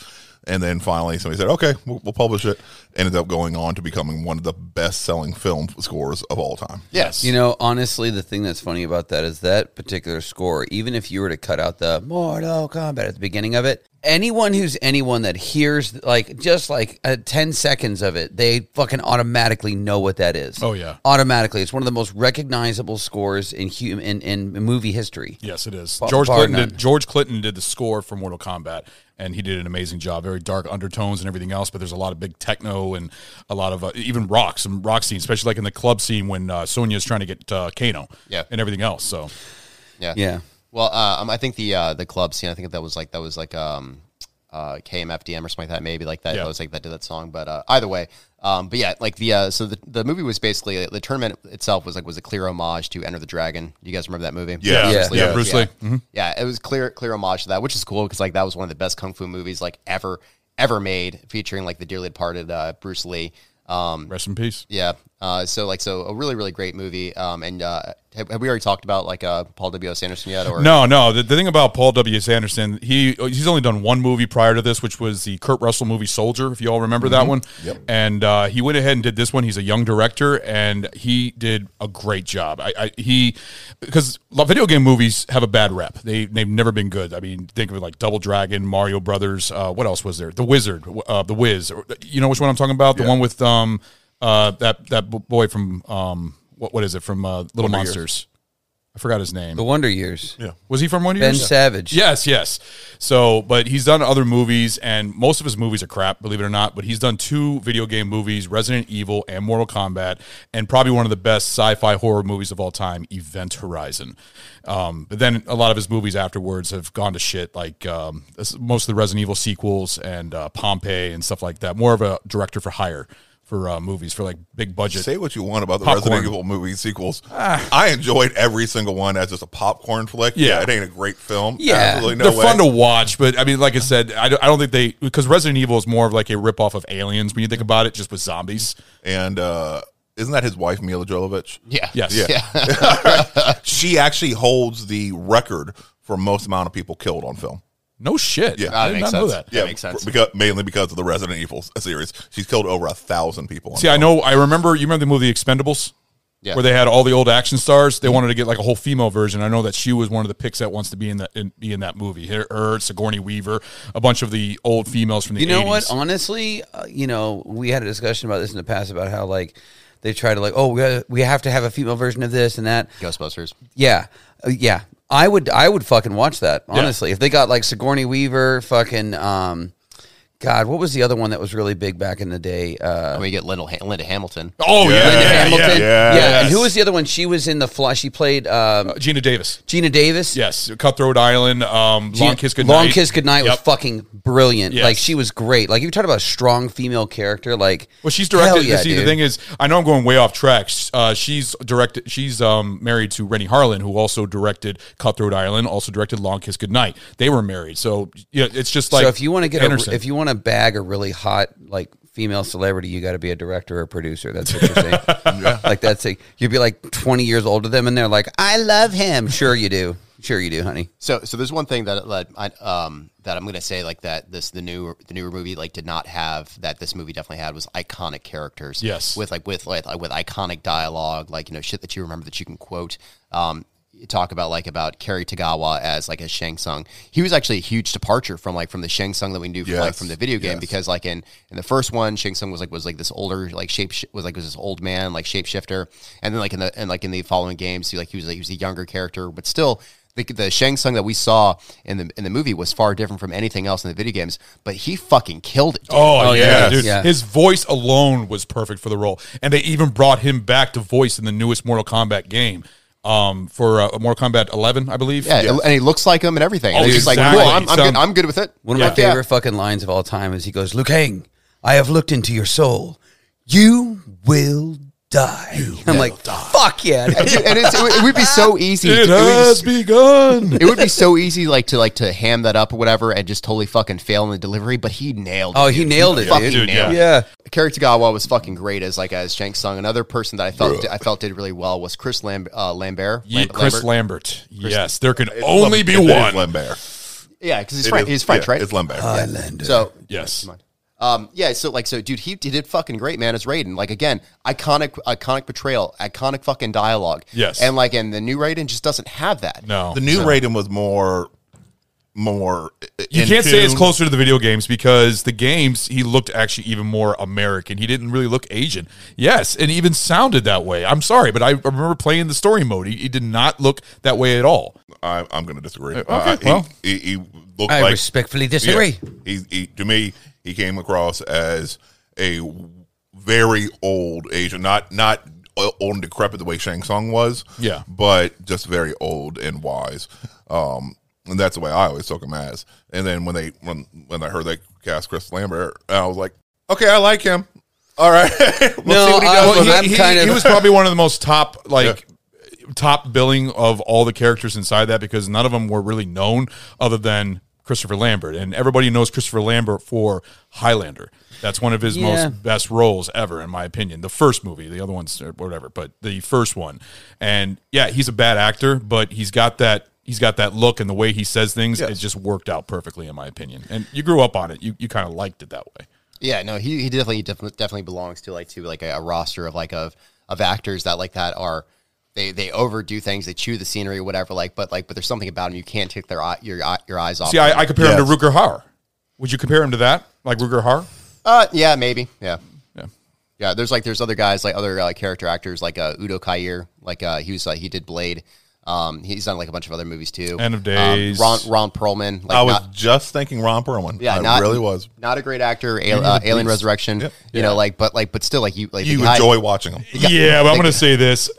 Speaker 12: And then finally somebody said, okay, we'll, we'll publish it. Ended up going on to becoming one of the best selling film scores of all time.
Speaker 11: Yes.
Speaker 9: You know, honestly, the thing that's funny about that is that particular score, even if you were to cut out the Mortal Kombat at the beginning of it, anyone who's anyone that hears like just like uh, 10 seconds of it, they fucking automatically know what that is.
Speaker 10: Oh, yeah.
Speaker 9: Automatically. It's one of the most recognizable scores in hum- in, in movie history.
Speaker 10: Yes, it is.
Speaker 9: Bar-
Speaker 10: George
Speaker 9: bar
Speaker 10: Clinton.
Speaker 9: none.
Speaker 10: Did, George Clinton did the score for Mortal Kombat, and he did an amazing job. Very dark undertones and everything else, but there's a lot of big techno and a lot of uh, even rock, some rock scene, especially like in the club scene when uh, Sonya is trying to get uh, Kano,
Speaker 11: Yeah.
Speaker 10: and everything else. So
Speaker 11: Yeah.
Speaker 9: Yeah.
Speaker 11: Well, uh, um, I think the uh, the club scene. I think that was like that was like um, uh, KMFDM or something like that. Maybe like that.
Speaker 10: Yeah.
Speaker 11: That was like that did that song. But uh, either way, um, but yeah, like the uh, so the, the movie was basically uh, the tournament itself was like was a clear homage to Enter the Dragon. You guys remember that movie?
Speaker 10: yeah, yeah,
Speaker 9: Bruce Lee.
Speaker 10: Bruce Lee. Mm-hmm.
Speaker 11: Yeah. Yeah, it was clear clear homage to that, which is cool because like that was one of the best kung fu movies like ever ever made, featuring like the dearly departed uh, Bruce Lee. Um,
Speaker 10: Rest in peace.
Speaker 11: yeah. Uh, so like so a really really great movie. Um, and uh, have, have we already talked about like uh, Paul W S Anderson yet? Or
Speaker 10: No, no. The, the thing about Paul W. S. Anderson, he he's only done one movie prior to this, which was the Kurt Russell movie Soldier. If you all remember that one,
Speaker 12: Yep.
Speaker 10: And uh, he went ahead and did this one. He's a young director, and he did a great job. I, I he because video game movies have a bad rep. They they've never been good. I mean, think of it like Double Dragon, Mario Brothers. Uh, what else was there? The Wizard, uh, the Wiz. Or- You know which one I'm talking about? The one with um uh that that boy from um what what is it from uh, Little Monsters. I forgot his name.
Speaker 9: The Wonder Years.
Speaker 10: Yeah. Was he from one of
Speaker 9: Ben
Speaker 10: yours? Yeah.
Speaker 9: Savage.
Speaker 10: Yes, yes. So, but he's done other movies, and most of his movies are crap, believe it or not. But he's done two video game movies, Resident Evil and Mortal Kombat, and probably one of the best sci-fi horror movies of all time, Event Horizon. Um, but then a lot of his movies afterwards have gone to shit, like um, this- most of the Resident Evil sequels and uh, Pompeii and stuff like that. More of a director for hire for uh, movies for like big budget.
Speaker 12: Say what you want about the
Speaker 10: Popcorn. Ah.
Speaker 12: Resident Evil movie sequels. I enjoyed every single one as just a popcorn flick.
Speaker 10: Yeah.
Speaker 12: it ain't a great film.
Speaker 10: Yeah,
Speaker 12: Absolutely no
Speaker 10: they're
Speaker 12: way.
Speaker 10: fun to watch, but I mean, like I said, I don't, I don't think they because Resident Evil is more of like a ripoff of Aliens when you think about it, just with zombies.
Speaker 12: And uh, isn't that his wife Mila Jovovich?
Speaker 11: Yeah.
Speaker 10: Yes.
Speaker 12: she actually holds the record for most amount of people killed on film.
Speaker 10: No shit. I
Speaker 12: Yeah.
Speaker 11: Ah, that
Speaker 10: did
Speaker 11: makes
Speaker 10: not know
Speaker 11: sense.
Speaker 10: that.
Speaker 11: That makes sense.
Speaker 12: Because, mainly because of the Resident Evil s- series, she's killed over a thousand people. on
Speaker 10: See, I know. I remember. You remember the movie Expendables,
Speaker 11: (laughs) Yeah.
Speaker 10: where they had all the old action stars.
Speaker 9: Mm-hmm.
Speaker 10: They wanted to get like a whole female version. I know that she was one of the picks that wants to be in that in, be in that movie. Her, her, Sigourney Weaver, a bunch of the old females from the.
Speaker 9: You know what?
Speaker 10: 80s.
Speaker 9: Honestly, uh, you know, we had a discussion about this in the past about how like they try to like, oh, we, gotta, we have to have a female version of this and that.
Speaker 11: Ghostbusters.
Speaker 9: Yeah, Uh, yeah. I would, I would fucking watch that honestly. If they got like Sigourney Weaver, fucking, um, God, what was the other one that was really big back in the day? Uh,
Speaker 11: And we get Linda, Ha- Linda Hamilton.
Speaker 10: Oh yeah,
Speaker 9: Linda
Speaker 10: yeah,
Speaker 9: Hamilton.
Speaker 10: yeah,
Speaker 9: Yeah, and who
Speaker 10: yes.
Speaker 9: was the other one? She was in the fly. She played um,
Speaker 10: Uh, Gina Davis?
Speaker 9: Gina Davis.
Speaker 10: Yes, Cutthroat Island. Um, Long
Speaker 9: Gina-
Speaker 10: Kiss Goodnight.
Speaker 9: Long Kiss Goodnight was
Speaker 10: Yep.
Speaker 9: fucking brilliant.
Speaker 10: Yes.
Speaker 9: Like she was great. Like you talk about a strong female character. Like
Speaker 10: Well, she's
Speaker 9: hell
Speaker 10: directed.
Speaker 9: yeah,
Speaker 10: see, the
Speaker 9: dude.
Speaker 10: thing is, I know I'm going way off track. Sh- Uh, she's directed. She's um, married to Rennie Harlan, who also directed Cutthroat Island, also directed Long Kiss Goodnight. They were married, so yeah, it's just like
Speaker 9: so if you want to get
Speaker 10: Anderson.
Speaker 9: a, if you want to bag a really hot like female celebrity, you got to be a director or a producer. That's what you're
Speaker 10: (laughs)
Speaker 9: saying. Like that's a, you'd be like 20 years older than them, and they're like, I love him. Sure you do. Sure you do, honey.
Speaker 11: So, so there's one thing that that I, um, that I'm gonna say like that this the new the newer movie like did not have that this movie definitely had was iconic characters.
Speaker 10: Yes.
Speaker 11: with like with like with iconic dialogue, like you know shit that you remember that you can quote. Um, you talk about like about Kerry Tagawa as like a Shang Tsung. He was actually a huge departure from like from the Shang Tsung that we knew from, like
Speaker 12: Yes,
Speaker 11: from the video game
Speaker 12: yes.
Speaker 11: because like in in the first one, Shang Tsung was like was like this older like shape was like was this old man like shapeshifter, and then like in the and like in the following games, he like he was like, he was a younger character, but still the, the Shang Tsung that we saw in the in the movie was far different from anything else in the video games. But he fucking killed it. dude.
Speaker 10: Oh, yeah,
Speaker 12: yes.
Speaker 10: dude.
Speaker 9: Yeah.
Speaker 10: His voice alone was perfect for the role, and they even brought him back to voice in the newest Mortal Kombat game, um, for uh, Mortal Kombat 11, I believe.
Speaker 11: yeah, and he looks like him and everything.
Speaker 10: Oh,
Speaker 11: and he's just
Speaker 10: exactly.
Speaker 11: like, cool, I'm, I'm,
Speaker 10: Some-
Speaker 11: good, I'm good with it.
Speaker 9: One of
Speaker 11: Yeah.
Speaker 9: my favorite fucking lines of all time is he goes, Luke Hang, I have looked into your soul. You will die. I'm like, fuck yeah. dude." (laughs)
Speaker 11: Yeah. and it's, it, would, it would be so easy.
Speaker 10: It
Speaker 11: to- it would be
Speaker 10: has
Speaker 9: (laughs)
Speaker 10: begun.
Speaker 11: it would be so easy like to like to ham that up or whatever and just totally fucking fail in the delivery but he nailed it
Speaker 9: Oh, he
Speaker 11: dude.
Speaker 9: nailed it,
Speaker 11: fucking
Speaker 9: dude.
Speaker 11: nailed
Speaker 9: Yeah.
Speaker 11: it Kerry Tagawa was fucking great as like as Shang Tsung another person that I felt I felt did really well was Chris Lam- uh, Lambert
Speaker 10: Ye-
Speaker 11: Lam-
Speaker 10: Chris
Speaker 11: Lambert.
Speaker 10: Lambert. Yes, there could
Speaker 12: It's
Speaker 10: only
Speaker 12: Lem-
Speaker 10: be
Speaker 12: it is
Speaker 10: one.
Speaker 12: Lambert.
Speaker 11: yeah because he's,
Speaker 12: It
Speaker 11: French
Speaker 12: is-
Speaker 11: he's French
Speaker 12: yeah,
Speaker 11: right
Speaker 12: It's Lambert.
Speaker 11: so
Speaker 10: Yes.
Speaker 11: um, yeah, so like, so dude, he did fucking great, man. As Raiden, like again, iconic, iconic portrayal, iconic fucking dialogue.
Speaker 10: Yes.
Speaker 11: and like, and the new Raiden just doesn't have that.
Speaker 10: No.
Speaker 12: The new Raiden was more, more.
Speaker 10: You
Speaker 12: in
Speaker 10: can't say it's
Speaker 12: tune.
Speaker 10: closer to the video games because the games he looked actually even more American. He didn't really look Asian. Yes, and even sounded that way. I'm sorry, but I remember playing the story mode. He, he did not look that way at all.
Speaker 12: I, I'm going to disagree. Okay,
Speaker 9: Uh,
Speaker 10: well.
Speaker 12: he, he, he looked
Speaker 9: I
Speaker 12: like
Speaker 9: respectfully disagree.
Speaker 12: Yeah. He, he to me he came across as a very old Asian, not not old and decrepit the way Shang Tsung was,
Speaker 10: Yeah.
Speaker 12: but just very old and wise. Um, and that's the way I always took him as. And then when they when when I heard they cast Chris Lambert, I was like, okay, I like him. All right, (laughs) we'll
Speaker 9: No, I-
Speaker 12: with
Speaker 9: well,
Speaker 12: him.
Speaker 9: I'm
Speaker 10: uh, he, he-
Speaker 9: kind of-
Speaker 10: he
Speaker 9: (laughs)
Speaker 10: was probably one of the most top like top billing of all the characters inside that because none of them were really known other than Christopher Lambert and everybody knows Christopher Lambert for Highlander. That's one of his
Speaker 9: Yeah.
Speaker 10: most best roles ever in my opinion. The first movie, the other ones or whatever, but the first one. And yeah, he's a bad actor, but he's got that he's got that look and the way he says things it just worked out perfectly in my opinion. And you grew up on it. You you kind of liked it that way.
Speaker 11: Yeah, no, he, he definitely definitely definitely belongs to like to like a, a roster of like of of actors that like that are they they overdo things, they chew the scenery or whatever. Like, but like, but there's something about them you can't take their eye, your eye- your eyes off.
Speaker 10: See, I, I compare him to
Speaker 12: Yes.
Speaker 10: Ruger Hauer. Would you compare him to that? Like Ruger Hauer?
Speaker 11: uh, yeah, maybe, yeah.
Speaker 10: Yeah.
Speaker 11: Yeah, there's like there's other guys like other uh, character actors like uh, Udo Kier, like uh, he was uh, he did Blade. Um, he's done like a bunch of other movies too.
Speaker 10: End of Days.
Speaker 11: Um, Ron Ron Perlman. Like
Speaker 12: I was
Speaker 11: not-
Speaker 12: just thinking Ron Perlman.
Speaker 11: yeah,
Speaker 12: I
Speaker 11: not
Speaker 12: really was.
Speaker 11: not a great actor. Al- uh, Alien Resurrection. You know, like but like but still like you like the
Speaker 12: You
Speaker 11: guy-
Speaker 12: enjoy watching him.
Speaker 10: Yeah, but I'm going to say this.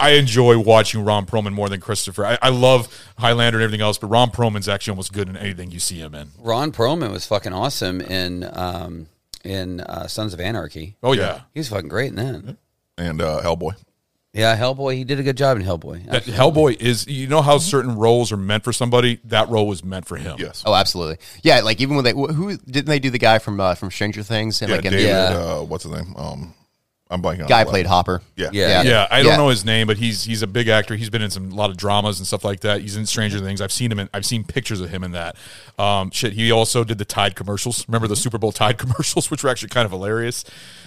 Speaker 10: I enjoy watching Ron Perlman more than Christopher. I, I love Highlander and everything else, but Ron Perlman's actually almost good in anything you see him in.
Speaker 9: Ron Perlman was fucking awesome in um, in uh, Sons of Anarchy.
Speaker 10: Oh, yeah.
Speaker 9: he was fucking great in that.
Speaker 12: and uh, Hellboy.
Speaker 9: Yeah, Hellboy. He did a good job in Hellboy.
Speaker 10: That Hellboy is, you know how certain roles are meant for somebody? That role was meant for him.
Speaker 12: Yes.
Speaker 11: Oh, absolutely. Yeah, like even when they wh- who didn't they do the guy from uh, from Stranger Things and
Speaker 12: Yeah,
Speaker 11: like
Speaker 12: David.
Speaker 11: yeah,
Speaker 12: Uh, what's his name? Um, I'm blanking. on
Speaker 11: guy
Speaker 12: his last-
Speaker 11: played Hopper.
Speaker 12: Yeah.
Speaker 9: Yeah.
Speaker 10: Yeah, I don't
Speaker 11: Yeah.
Speaker 10: know his name, but he's he's a big actor. He's been in some a lot of dramas and stuff like that. He's in Stranger Things. I've seen him. In, I've seen pictures of him in that. Um, shit, he also did the Tide commercials. Remember the Super Bowl Tide (laughs) commercials, which were actually kind of hilarious.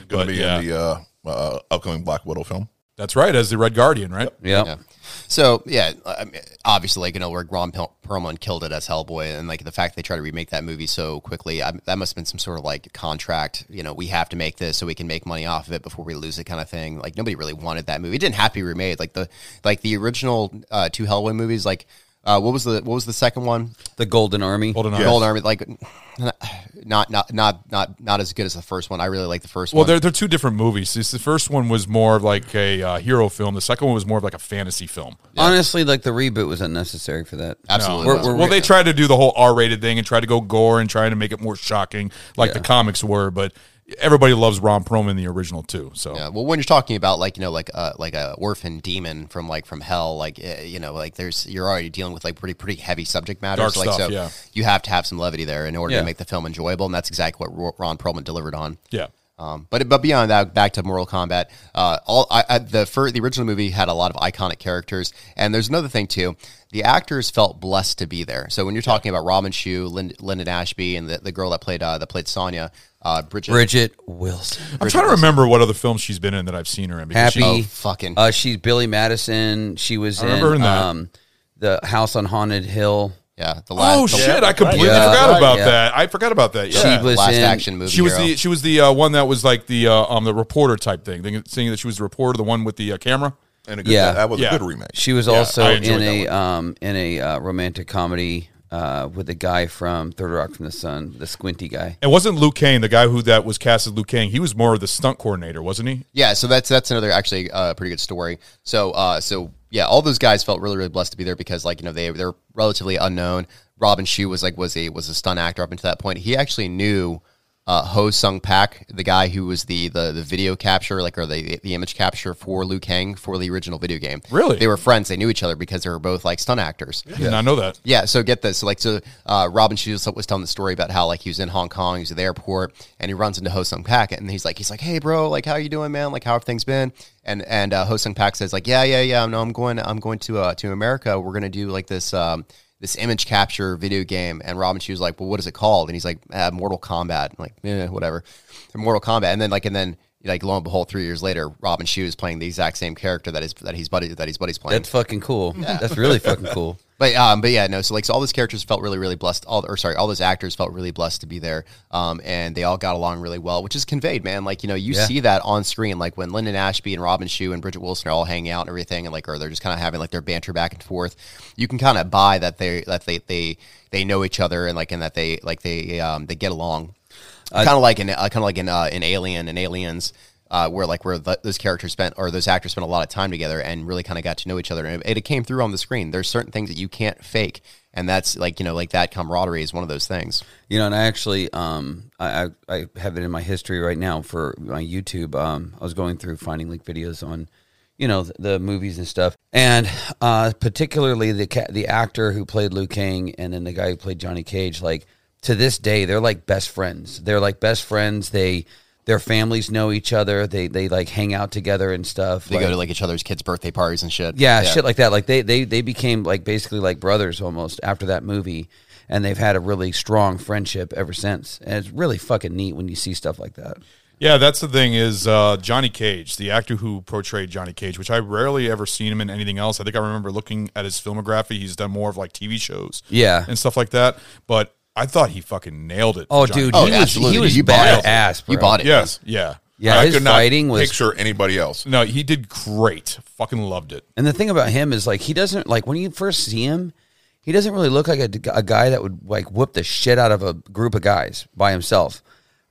Speaker 12: Going
Speaker 10: But
Speaker 12: to be
Speaker 10: yeah,
Speaker 12: in the uh, uh, upcoming Black Widow film.
Speaker 10: that's right, as the Red Guardian, right?
Speaker 9: Yep.
Speaker 11: Yeah. So yeah, I mean, obviously, like you know, where Ron Pel- Perlman killed it as Hellboy, and like the fact they try to remake that movie so quickly, I, that must have been some sort of like contract. You know, we have to make this so we can make money off of it before we lose it, kind of thing. Like nobody really wanted that movie. It didn't have to be remade. Like the like the original uh, two Hellboy movies. Like uh, what was the what was the second one?
Speaker 9: The Golden Army.
Speaker 10: Golden Eye.
Speaker 11: Gold Army. Like (sighs) not not not not not as good as the first one. I really like the first
Speaker 10: Well,
Speaker 11: one.
Speaker 10: they're, they're two different movies. This, the first one was more of like a uh, hero film. The second one was more of like a fantasy film.
Speaker 9: Honestly, like the reboot was unnecessary for that.
Speaker 11: Absolutely.
Speaker 9: We're-
Speaker 11: not.
Speaker 9: we're-
Speaker 10: Well, they tried to do the whole R-rated thing and try to go gore and try to make it more shocking, like the comics were. But everybody loves Ron Perlman in the original too. So
Speaker 11: Yeah, well, when you're talking about like you know like uh, like a orphan demon from like from hell, like uh, you know like there's you're already dealing with like pretty pretty heavy subject matter.
Speaker 10: Dark
Speaker 11: so, like,
Speaker 10: stuff,
Speaker 11: so
Speaker 10: yeah.
Speaker 11: you have to have some levity there in order
Speaker 9: Yeah.
Speaker 11: to make the film enjoyable, and that's exactly what Ro- Ron Perlman delivered on.
Speaker 10: yeah.
Speaker 11: Um, but but beyond that, back to Mortal Kombat. Uh, all I, I, the fir- the original movie had a lot of iconic characters, and there's another thing too. The actors felt blessed to be there. So when you're talking about Robin Shu, Lynn, Lyndon Ashby, and the, the girl that played uh, that played Sonya, uh, Bridget,
Speaker 9: Bridget Wilson.
Speaker 10: I'm trying to remember what other films she's been in that I've seen her in. because
Speaker 9: Happy.
Speaker 10: she-
Speaker 11: oh, fucking
Speaker 9: Uh, she's Billy Madison. She was
Speaker 10: I remember her in
Speaker 9: in
Speaker 10: that.
Speaker 9: um, the House on Haunted Hill.
Speaker 11: yeah, the last
Speaker 10: oh
Speaker 11: the-
Speaker 10: shit! I completely
Speaker 9: Yeah.
Speaker 10: forgot
Speaker 9: Right,
Speaker 10: about
Speaker 9: yeah.
Speaker 10: that. I forgot about that. Yeah.
Speaker 9: She was
Speaker 11: last
Speaker 9: in-
Speaker 11: action movie.
Speaker 10: She was
Speaker 11: hero.
Speaker 10: the she was the uh, one that was like the uh, um the reporter type thing, thing- saying that she was the reporter, the one with the uh, camera.
Speaker 12: And a good,
Speaker 9: Yeah.
Speaker 12: yeah, that was
Speaker 10: Yeah.
Speaker 12: a good remake.
Speaker 9: She was
Speaker 10: Yeah,
Speaker 9: also
Speaker 10: I enjoyed
Speaker 9: in
Speaker 10: that
Speaker 9: a um, in a uh, romantic comedy uh, with a guy from Third Rock from the Sun, the squinty guy.
Speaker 10: It wasn't Luke Kane, the guy who that was cast as Luke Kane. He was more of the stunt coordinator, wasn't he?
Speaker 11: Yeah, so that's that's another actually uh, pretty good story. So uh, so yeah, all those guys felt really really blessed to be there because like you know they they're relatively unknown. Robin Shu was like was a was a stunt actor up until that point. He actually knew uh, Ho Sung Pak, the guy who was the the, the video capture like or the the image capture for Liu Kang for the original video game.
Speaker 10: Really?
Speaker 11: they were friends. They knew each other because they were both like stunt actors.
Speaker 10: I did not know that.
Speaker 11: Yeah, so get this. So like, so uh, Robin Shu was- was telling the story about how like he was in Hong Kong, he was at the airport, and he runs into Ho Sung Pak, and he's like, he's like, hey bro, like how you doing, man? Like how have things been? And and uh, Ho Sung Pak says like, yeah, yeah, yeah, no, I'm going, I'm going to uh, to America. We're gonna do like this um, this image capture video game. And Robin Shu's like, well, what is it called? And he's like, uh, Mortal Kombat. I'm like, eh, whatever, Mortal Kombat. And then like, and then like lo and behold, three years later, Robin Shu is playing the exact same character that is that he's buddy that he's buddies playing.
Speaker 9: That's fucking cool. That's really fucking cool.
Speaker 11: But um, but yeah, no. So like, so all those characters felt really, really blessed. All or sorry, all those actors felt really blessed to be there. Um, and they all got along really well, which is conveyed, man. Like you know, you
Speaker 9: Yeah.
Speaker 11: see that on screen, like when Lyndon Ashby and Robin Shue and Bridget Wilson are all hanging out and everything, and like, or they're just kind of having like their banter back and forth. You can kind of buy that they that they they they know each other and like and that they like they um they get along. kind of like in uh, kind of like in uh, in Alien and Aliens. Uh, where like where th- those characters spent or those actors spent a lot of time together and really kind of got to know each other and it, it came through on the screen. There's certain things that you can't fake, and that's like you know like that camaraderie is one of those things.
Speaker 9: You know, and I actually, um, I, I, I have it in my history right now for my YouTube. Um, I was going through finding like videos on, you know, the, the movies and stuff, and uh, particularly the ca- the actor who played Liu Kang and then the guy who played Johnny Cage. Like to this day, they're like best friends. They're like best friends. They their families know each other. They they like hang out together and stuff.
Speaker 11: They go to like each other's kids' birthday parties and shit.
Speaker 9: yeah, shit like that. Like they they they became like basically like brothers almost after that movie, and they've had a really strong friendship ever since. And it's really fucking neat when you see stuff like that.
Speaker 10: Yeah, that's the thing is uh, Johnny Cage, the actor who portrayed Johnny Cage, which I rarely ever seen him in anything else. I think I remember looking at his filmography. He's done more of like TV shows,
Speaker 9: Yeah.
Speaker 10: and stuff like that. But I thought he fucking nailed it.
Speaker 9: Oh,
Speaker 10: for Johnny
Speaker 9: dude,
Speaker 10: Cage.
Speaker 9: he was
Speaker 11: absolutely.
Speaker 9: he was
Speaker 11: You bought it.
Speaker 9: badass. Bro.
Speaker 11: You bought it.
Speaker 10: yes, yeah,
Speaker 9: Yeah,
Speaker 12: I
Speaker 9: his
Speaker 12: could not
Speaker 9: fighting was.
Speaker 12: picture anybody else.
Speaker 10: No, he did great. Fucking loved it.
Speaker 9: And the thing about him is like he doesn't like when you first see him, he doesn't really look like a, a guy that would like whoop the shit out of a group of guys by himself.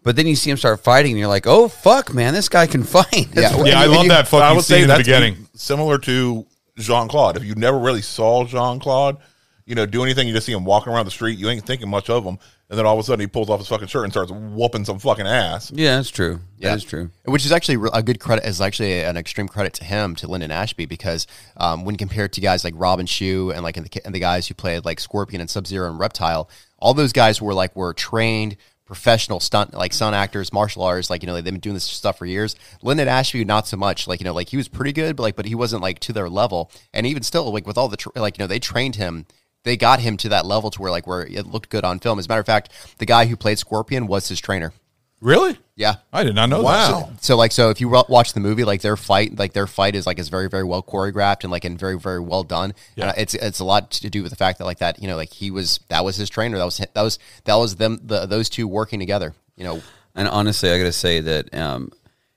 Speaker 9: But then you see him start fighting, and you're like, "Oh fuck, man, this guy can (laughs) fight."
Speaker 11: Yeah.
Speaker 10: Yeah, I love that fucking scene in the beginning.
Speaker 12: similar to Jean Claude. If you never really saw Jean Claude, you know, do anything, you just see him walking around the street. You ain't thinking much of him. and then all of a sudden he pulls off his fucking shirt and starts whooping some fucking ass.
Speaker 9: Yeah, that's true.
Speaker 11: Yeah.
Speaker 9: That is true.
Speaker 11: Which is actually re- a good credit, is actually an extreme credit to him, to Lyndon Ashby, because um, when compared to guys like Robin Shu and like and the, ki- and the guys who played like Scorpion and Sub Zero and Reptile, all those guys were like were trained professional stunt like stunt actors, martial artists, like you know they've been doing this stuff for years. Lyndon Ashby, not so much. Like you know, like he was pretty good, but like but he wasn't like to their level. And even still, like with all the tr like you know they trained him they got him to that level to where like where it looked good on film. As a matter of fact, the guy who played Scorpion was his trainer.
Speaker 10: Really?
Speaker 11: Yeah.
Speaker 10: I did not know that.
Speaker 12: Wow.
Speaker 11: So like so if you wa- watch the movie like their fight like their fight is like is very very well choreographed and like and very very well done.
Speaker 10: Yeah.
Speaker 11: And it's it's a lot to do with the fact that like that you know like he was that was his trainer that was hi- that was that was them the, those two working together. You know
Speaker 9: And honestly, I got to say that, um,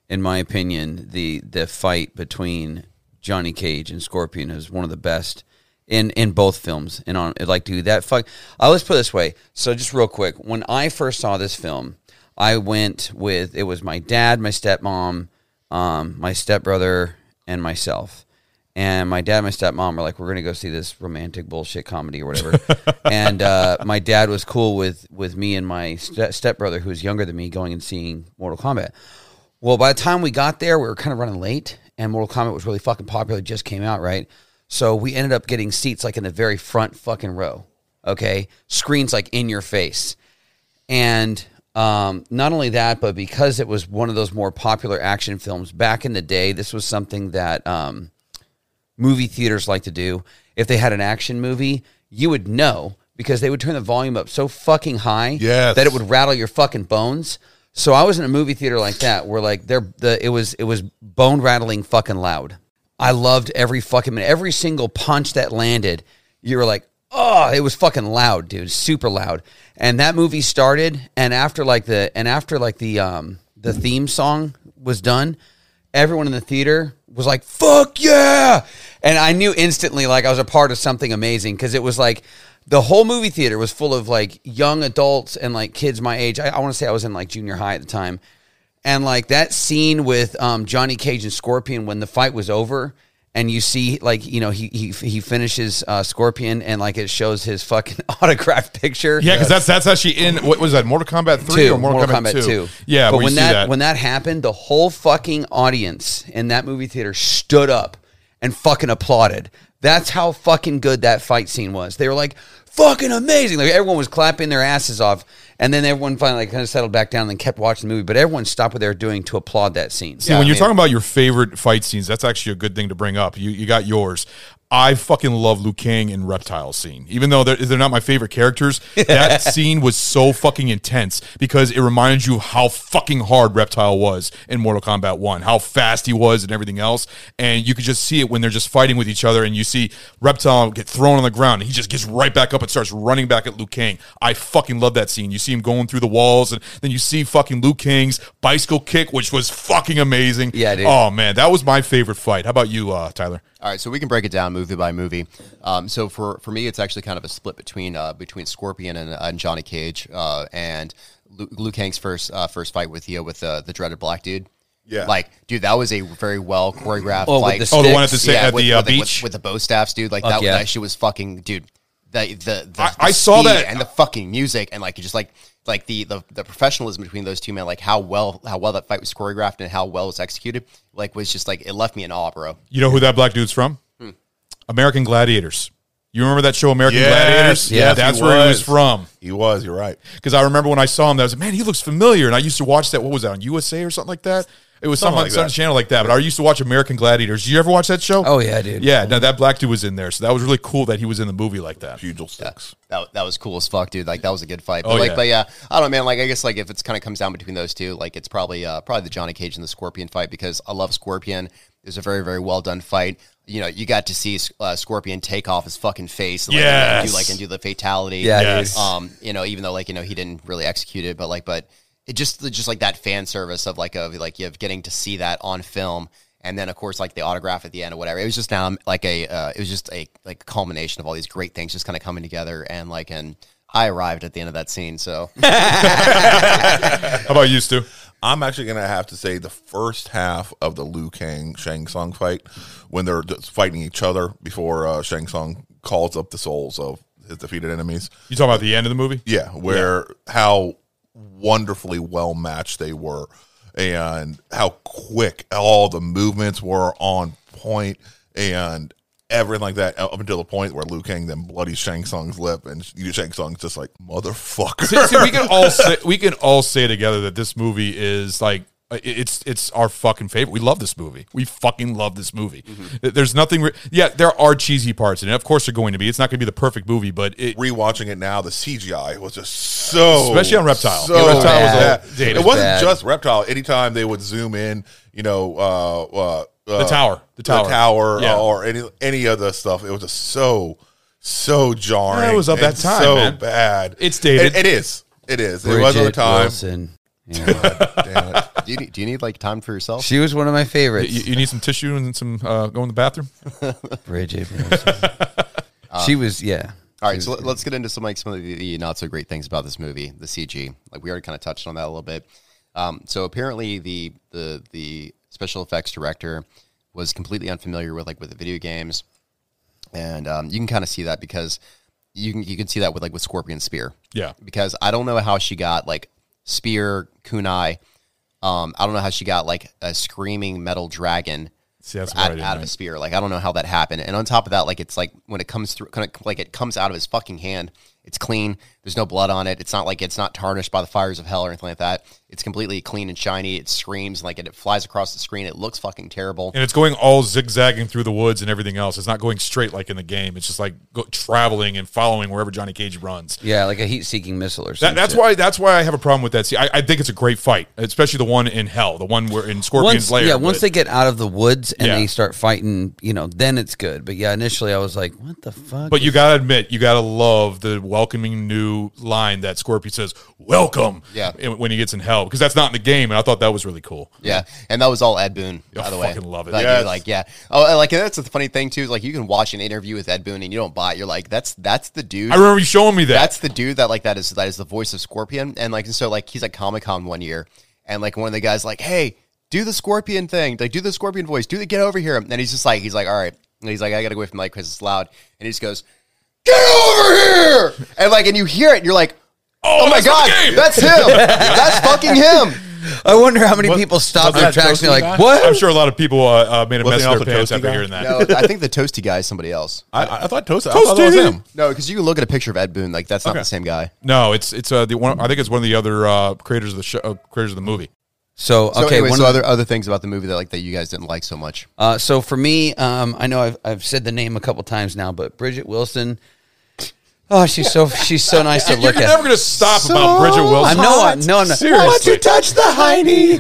Speaker 9: in my opinion, the the fight between Johnny Cage and Scorpion is one of the best in in both films. And on like, dude, that fuck. I let's put it this way. So just real quick, when I first saw this film, I went with it was my dad, my stepmom, um, my stepbrother, and myself. And my dad and my stepmom were like, we're going to go see this romantic bullshit comedy or whatever. and uh, my dad was cool with, with me and my ste- stepbrother, who was younger than me, going and seeing Mortal Kombat. Well, by the time we got there, we were kind of running late, and Mortal Kombat was really fucking popular. It just came out, right? So we ended up getting seats like in the very front fucking row, okay? Screens like in your face. And um, not only that, but because it was one of those more popular action films back in the day, this was something that um, movie theaters like to do. If they had an action movie, you would know because they would turn the volume up so fucking high
Speaker 12: Yes.
Speaker 9: that it would rattle your fucking bones. So I was in a movie theater like that where like there the it was it was bone rattling fucking loud. I loved every fucking minute, every single punch that landed. You were like, oh, it was fucking loud, dude, super loud. And that movie started, and after like the and after like the um the theme song was done, everyone in the theater was like, fuck yeah. And I knew instantly, like, I was a part of something amazing because it was like the whole movie theater was full of like young adults and like kids my age. I, I want to say I was in like junior high at the time. And like that scene with um, Johnny Cage and Scorpion when the fight was over. And you see, like you know, he he, he finishes uh, Scorpion, and like it shows his fucking (laughs) autographed picture.
Speaker 10: Yeah, because that's that's actually in what was that Mortal Kombat three
Speaker 9: two,
Speaker 10: or Mortal, Kombat, two? Yeah,
Speaker 9: but
Speaker 10: where you
Speaker 9: when
Speaker 10: see
Speaker 9: that, when that happened, the whole fucking audience in that movie theater stood up and fucking applauded. That's how fucking good that fight scene was. They were like fucking amazing. Like everyone was clapping their asses off, and then everyone finally like, kind of settled back down and then kept watching the movie. But everyone stopped what they were doing to applaud that scene.
Speaker 10: See, when you're talking about your favorite fight scenes, that's actually a good thing to bring up. You you got yours. I fucking love Liu Kang and Reptile scene. Even though they're, they're not my favorite characters, that scene was so fucking intense because it reminds you of how fucking hard Reptile was in Mortal Kombat 1, how fast he was and everything else. And you could just see it when they're just fighting with each other and you see Reptile get thrown on the ground and he just gets right back up and starts running back at Liu Kang. I fucking love that scene. You see him going through the walls and then you see fucking Liu Kang's bicycle kick, which was fucking amazing.
Speaker 9: Yeah, dude.
Speaker 10: Oh man, that was my favorite fight. How about you, uh, Tyler?
Speaker 11: All right, so we can break it down movie by movie. Um, so for, for me, it's actually kind of a split between uh, between Scorpion and, and Johnny Cage uh, and Lu- Liu Kang's first uh, first fight with Theo with uh, the dreaded black dude.
Speaker 12: Yeah.
Speaker 11: like dude, that was a very well choreographed
Speaker 9: Oh, with
Speaker 11: fight.
Speaker 9: the
Speaker 10: Oh, the one at the
Speaker 9: Sticks.
Speaker 10: sa- at
Speaker 11: with,
Speaker 10: the uh,
Speaker 11: with
Speaker 10: beach.
Speaker 11: with, with the bow staffs, dude. Like
Speaker 9: Fuck
Speaker 11: that,
Speaker 9: yeah.
Speaker 11: that shit was fucking, dude. The the, the,
Speaker 10: I-
Speaker 11: the
Speaker 10: I saw
Speaker 11: speed
Speaker 10: that-
Speaker 11: and the fucking music and like just like like the, the the professionalism between those two men, like how well how well that fight was choreographed and how well it was executed, like was just like it left me in awe, bro.
Speaker 10: you know who that black dude's from?
Speaker 9: Hmm.
Speaker 10: American Gladiators. You remember that show, American
Speaker 12: Yes,
Speaker 10: Gladiators?
Speaker 12: yes, he
Speaker 10: that's where he was
Speaker 12: was.
Speaker 10: from.
Speaker 12: He was. You're right.
Speaker 10: because I remember when I saw him, that was man, he looks familiar. And I used to watch that. What was that on USA or something like that? It was
Speaker 12: Something
Speaker 10: something on
Speaker 12: like
Speaker 10: some
Speaker 12: that.
Speaker 10: channel like that. But I used to watch American Gladiators. Did you ever watch that show?
Speaker 9: Oh, yeah, dude.
Speaker 10: Yeah, no, that black dude was in there, so that was really cool that he was in the movie like that.
Speaker 12: Pugil sticks.
Speaker 11: That, that was cool as fuck, dude. Like that was a good fight. But
Speaker 10: Oh,
Speaker 11: like,
Speaker 10: yeah.
Speaker 11: but yeah, I don't know, man. Like I guess like if it's kind of comes down between those two, like it's probably uh, probably the Johnny Cage and the Scorpion fight because I love Scorpion. It was a very very well done fight. You know, you got to see uh, Scorpion take off his fucking face. And, like,
Speaker 10: Yes.
Speaker 11: and do like and do the fatality.
Speaker 9: Yeah, dude.
Speaker 10: Yes.
Speaker 12: Uh,
Speaker 11: Um, you know, even though like you know he didn't really execute it, but like, but it just just like that fan service of like of like you have getting to see that on film, and then of course like the autograph at the end or whatever. It was just now like a uh, it was just a like culmination of all these great things just kind of coming together, and like and I arrived at the end of that scene,
Speaker 12: (laughs)
Speaker 11: so
Speaker 10: How about you, Stu?
Speaker 12: I'm actually going to have to say the first half of the Liu Kang Shang Tsung fight when they're just fighting each other before uh, Shang Tsung calls up the souls of his as defeated enemies.
Speaker 10: You talking about the end of the movie?
Speaker 12: Yeah, where how wonderfully well matched they were, and how quick all the movements were on point, and everything like that up until the point where Liu Kang then bloody Shang Tsung's lip, and Shang Tsung's just like motherfucker.
Speaker 10: See, see, we can
Speaker 12: (laughs)
Speaker 10: all say, we can all say together that this movie is like uh, it- it's it's our fucking favorite. We love this movie. We fucking love this movie.
Speaker 12: Mm-hmm.
Speaker 10: Th- There's nothing. Re- yeah, there are cheesy parts in it. Of course, they're going to be. It's not going to be the perfect movie, but it,
Speaker 12: rewatching it now, the CGI was just so
Speaker 10: Especially on Reptile.
Speaker 12: So
Speaker 10: Yeah,
Speaker 11: Reptile was
Speaker 12: bad.
Speaker 10: all dated.
Speaker 12: It wasn't
Speaker 11: Bad.
Speaker 12: just Reptile. Anytime they would zoom in, you know, uh, uh, uh,
Speaker 10: The tower. The tower.
Speaker 12: tower,
Speaker 10: Yeah.
Speaker 12: or any any other stuff, it was just so so jarring.
Speaker 10: Yeah, it was of that
Speaker 12: and
Speaker 10: time,
Speaker 12: so
Speaker 10: man.
Speaker 12: bad.
Speaker 10: It's dated.
Speaker 12: It- it is. It is. it was of the
Speaker 11: Bridget
Speaker 12: time.
Speaker 11: Wilson. Yeah.
Speaker 12: Damn it.
Speaker 9: Do you, need- do you need like time for yourself?
Speaker 11: she was one of my favorites.
Speaker 10: you, you need some tissue and some uh, go in the bathroom.
Speaker 11: Bridget. Wilson. she was yeah.
Speaker 9: All right, so let- let's get into some like some of the, the not so great things about this movie, the CG. Like we already kind of touched on that a little bit. Um, so apparently the the the special effects director was completely unfamiliar with like with the video games, and um, you can kind of see that because you can you can see that with like with Scorpion Spear.
Speaker 10: Yeah.
Speaker 9: Because I don't know how she got like Spear Kunai. Um, I don't know how she got like a screaming metal dragon
Speaker 10: See, that's where I
Speaker 9: out,
Speaker 10: didn't
Speaker 9: out of a
Speaker 10: like.
Speaker 9: spear. Like I don't know how that happened. And on top of that, like it's like when it comes through, kind of like it comes out of his fucking hand. It's clean. There's no blood on it. It's not like it's not tarnished by the fires of hell or anything like that. It's completely clean and shiny. It screams like it, it flies across the screen. It looks fucking terrible.
Speaker 10: And it's going all zigzagging through the woods and everything else. It's not going straight like in the game. It's just like go, traveling and following wherever Johnny Cage runs.
Speaker 11: Yeah, like a heat seeking missile or something.
Speaker 10: That, that's why. That's why I have a problem with that. See, I, I think it's a great fight, especially the one in Hell, the one where in Scorpion's
Speaker 11: Once,
Speaker 10: Lair.
Speaker 11: yeah, once
Speaker 10: but-
Speaker 11: they get out of the woods and
Speaker 10: Yeah.
Speaker 11: they start fighting, you know, then it's good. But yeah, initially I was like, "What the fuck?"
Speaker 10: But
Speaker 11: is
Speaker 10: you gotta admit, you gotta love the welcoming new line that Scorpion says, "Welcome."
Speaker 9: Yeah.
Speaker 10: and- When he gets in hell, because that's not in the game, and I thought that was really cool.
Speaker 9: Yeah, and that was all Ed Boon.
Speaker 10: I
Speaker 9: by the way,
Speaker 10: fucking love it.
Speaker 9: Like,
Speaker 10: Yes.
Speaker 9: you're like yeah. Oh, and like and that's the funny thing too. Is like you can watch an interview with Ed Boon and you don't buy. It. You're like that's that's the dude.
Speaker 10: I remember you showing me that.
Speaker 9: That's the dude that like that is that is the voice of Scorpion, and like and so like he's at Comic Con one year, and like one of the guys like, hey, do the Scorpion thing, like do the Scorpion voice, do the get over here, and he's just like he's like all right, and he's like I gotta go away from like because it's loud, and he just goes, get over here, and like and you hear it, and you're like, oh, my
Speaker 10: that's from
Speaker 9: god,
Speaker 10: the game!"
Speaker 9: that's him, that's fucking him.
Speaker 11: I wonder how many people stop
Speaker 12: was
Speaker 11: their
Speaker 12: that
Speaker 11: tracks and
Speaker 12: Toasty
Speaker 11: they're
Speaker 12: guy?
Speaker 11: like, "What?"
Speaker 10: I'm sure a lot of people uh, uh, made a
Speaker 12: Wasn't
Speaker 10: mess
Speaker 12: he
Speaker 10: of
Speaker 12: also
Speaker 10: their pants
Speaker 12: Toasty
Speaker 10: after
Speaker 12: guy?
Speaker 10: hearing that.
Speaker 9: No, I think the toasty guy is somebody else.
Speaker 12: I, I thought Toast. I thought that was
Speaker 10: Toasty!
Speaker 12: him.
Speaker 9: No, because you can look at a picture of Ed Boon, like that's not the same guy.
Speaker 10: No, it's it's uh, the one. I think it's one of the other uh, creators of the show, uh, creators of the movie.
Speaker 11: so okay,
Speaker 9: So anyway,
Speaker 11: one
Speaker 9: so
Speaker 11: of
Speaker 9: other other things about the movie that like that you guys didn't like so much.
Speaker 11: Uh, so for me, um, I know I've, I've said the name a couple times now, but Bridget Wilson. Oh, she's so she's so nice to look
Speaker 10: You're
Speaker 11: at.
Speaker 10: never gonna stop about Bridget
Speaker 11: I
Speaker 10: Wilson.
Speaker 11: know, I know, I know.
Speaker 10: Seriously. Why don't you
Speaker 11: touch the hiney?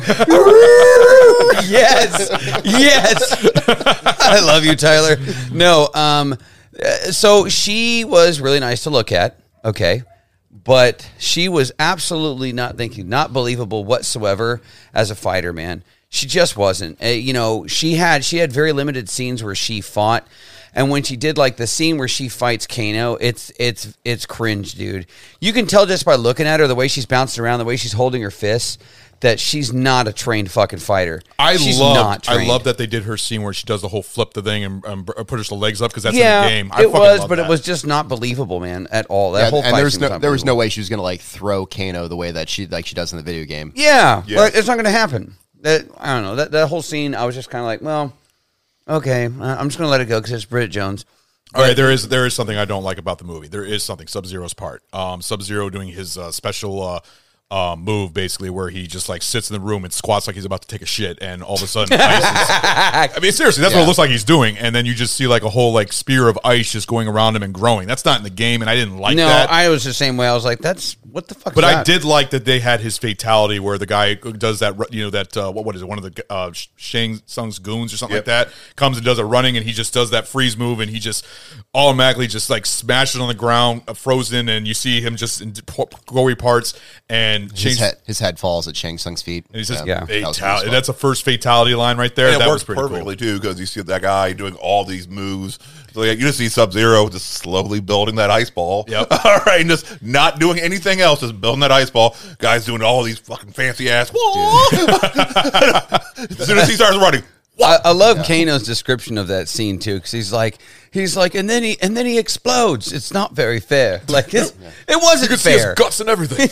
Speaker 11: yes, yes. I love you, Tyler. No, um, uh, so she was really nice to look at. Okay, but she was absolutely not thinking, not believable whatsoever as a fighter, man. She just wasn't. Uh, you know, she had she had very limited scenes where she fought, and when she did, like the scene where she fights Kano, it's it's it's cringe, dude. You can tell just by looking at her, the way she's bouncing around, the way she's holding her fists, that she's not a trained fucking fighter.
Speaker 10: I
Speaker 11: she's
Speaker 10: love. I
Speaker 11: trained.
Speaker 10: love that they did her scene where she does the whole flip the thing and, um, puts her legs up because that's in
Speaker 11: yeah,
Speaker 10: the game. I
Speaker 11: it
Speaker 10: fucking
Speaker 11: was,
Speaker 10: love
Speaker 11: but
Speaker 10: that.
Speaker 11: it was just not believable, man, at all. That
Speaker 9: Yeah,
Speaker 11: whole
Speaker 9: and
Speaker 11: fight
Speaker 9: there was
Speaker 11: scene
Speaker 9: no
Speaker 11: not
Speaker 9: there was no
Speaker 11: believable.
Speaker 9: way she was gonna like throw Kano the way that she like she does in the video game.
Speaker 11: Yeah, but it's not going to happen. That I don't know. That that whole scene, I was just kind of like, well, okay, I- I'm just going to let it go because it's Bridget Jones.
Speaker 10: All right, there is there is something I don't like about the movie. There is something Sub Zero's part. Um, Sub Zero doing his uh, special uh, uh, move, basically, where he just like sits in the room and squats like he's about to take a shit, and all of a sudden, ice is, I mean, seriously, that's what it looks like he's doing. And then you just see like a whole like spear of ice just going around him and growing. That's not in the game, and I didn't like
Speaker 11: no,
Speaker 10: that.
Speaker 11: I was the same way. I was like, that's what the fuck.
Speaker 10: but
Speaker 11: is
Speaker 10: I
Speaker 11: that?
Speaker 10: did like that they had his fatality where the guy does that, ru- you know, that, uh, what, what is it, one of the uh, Sh- Shang Tsung's goons or something
Speaker 12: Yep.
Speaker 10: like that comes and does a running and he just does that freeze move and he just automatically just like smashes on the ground, uh, frozen, and you see him just in d- po- glory parts and
Speaker 9: His
Speaker 10: change.
Speaker 9: head his head falls at Shang Tsung's feet.
Speaker 10: And he says,
Speaker 11: Yeah.
Speaker 10: fatality.
Speaker 9: That was pretty
Speaker 10: That's a first fatality line right there.
Speaker 12: And it
Speaker 10: that was
Speaker 12: works
Speaker 10: pretty
Speaker 12: perfectly
Speaker 10: cool.
Speaker 12: too because you see that guy doing all these moves. So like, you just see Sub Zero just slowly building that ice ball.
Speaker 10: Yep.
Speaker 12: (laughs) all right, and just not doing anything else, just building that ice ball. (laughs) Guys doing all these fucking fancy ass. as soon as he starts running,
Speaker 9: (laughs) I, I love Kano's description of that scene too, because he's like, he's like, and then he and then he explodes. It's not very fair. (laughs) Like it's, it wasn't
Speaker 12: You can see
Speaker 9: fair.
Speaker 12: his guts and everything.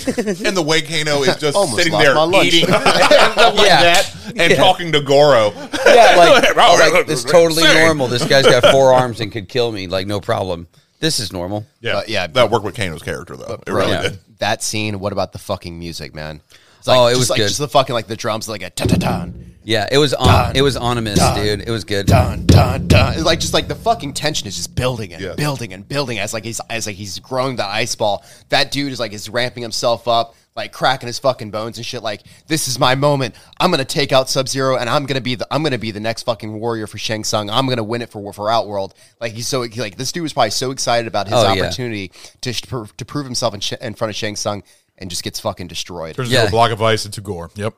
Speaker 12: and the way Kano is just
Speaker 11: Almost
Speaker 12: sitting
Speaker 11: lost
Speaker 12: there
Speaker 11: my lunch.
Speaker 9: (laughs)
Speaker 10: (laughs)
Speaker 12: eating and stuff like
Speaker 9: Yeah.
Speaker 12: that and
Speaker 9: Yeah.
Speaker 12: talking to Goro.
Speaker 10: (laughs)
Speaker 9: Yeah, like, oh, like this totally normal. This guy's got four arms and could kill me, like no problem. This is normal.
Speaker 10: Yeah.
Speaker 11: But yeah,
Speaker 12: That worked with Kano's character though. It really
Speaker 9: yeah.
Speaker 12: did.
Speaker 11: that scene. What about the fucking music, man? It's
Speaker 9: Oh, it
Speaker 11: just
Speaker 9: was
Speaker 11: like,
Speaker 9: good.
Speaker 11: Just the fucking like the drums, like a ta ta dun
Speaker 9: Yeah, it was on. it was ominous, dude. It was good.
Speaker 11: dun dun dun. It's like just like the fucking tension is just building and
Speaker 12: Yeah.
Speaker 11: building and building as like he's as like he's growing the ice ball. That dude is like is ramping himself up, like cracking his fucking bones and shit. Like this is my moment. I'm gonna take out Sub Zero and I'm gonna be the I'm gonna be the next fucking warrior for Shang Tsung. I'm gonna win it for for Outworld. Like he's so like this dude was probably so excited about his
Speaker 9: Oh, yeah.
Speaker 11: opportunity to sh- pr- to prove himself in, sh- in front of Shang Tsung and just gets fucking destroyed.
Speaker 10: Turns
Speaker 9: Yeah.
Speaker 10: into a block of ice into gore. Yep.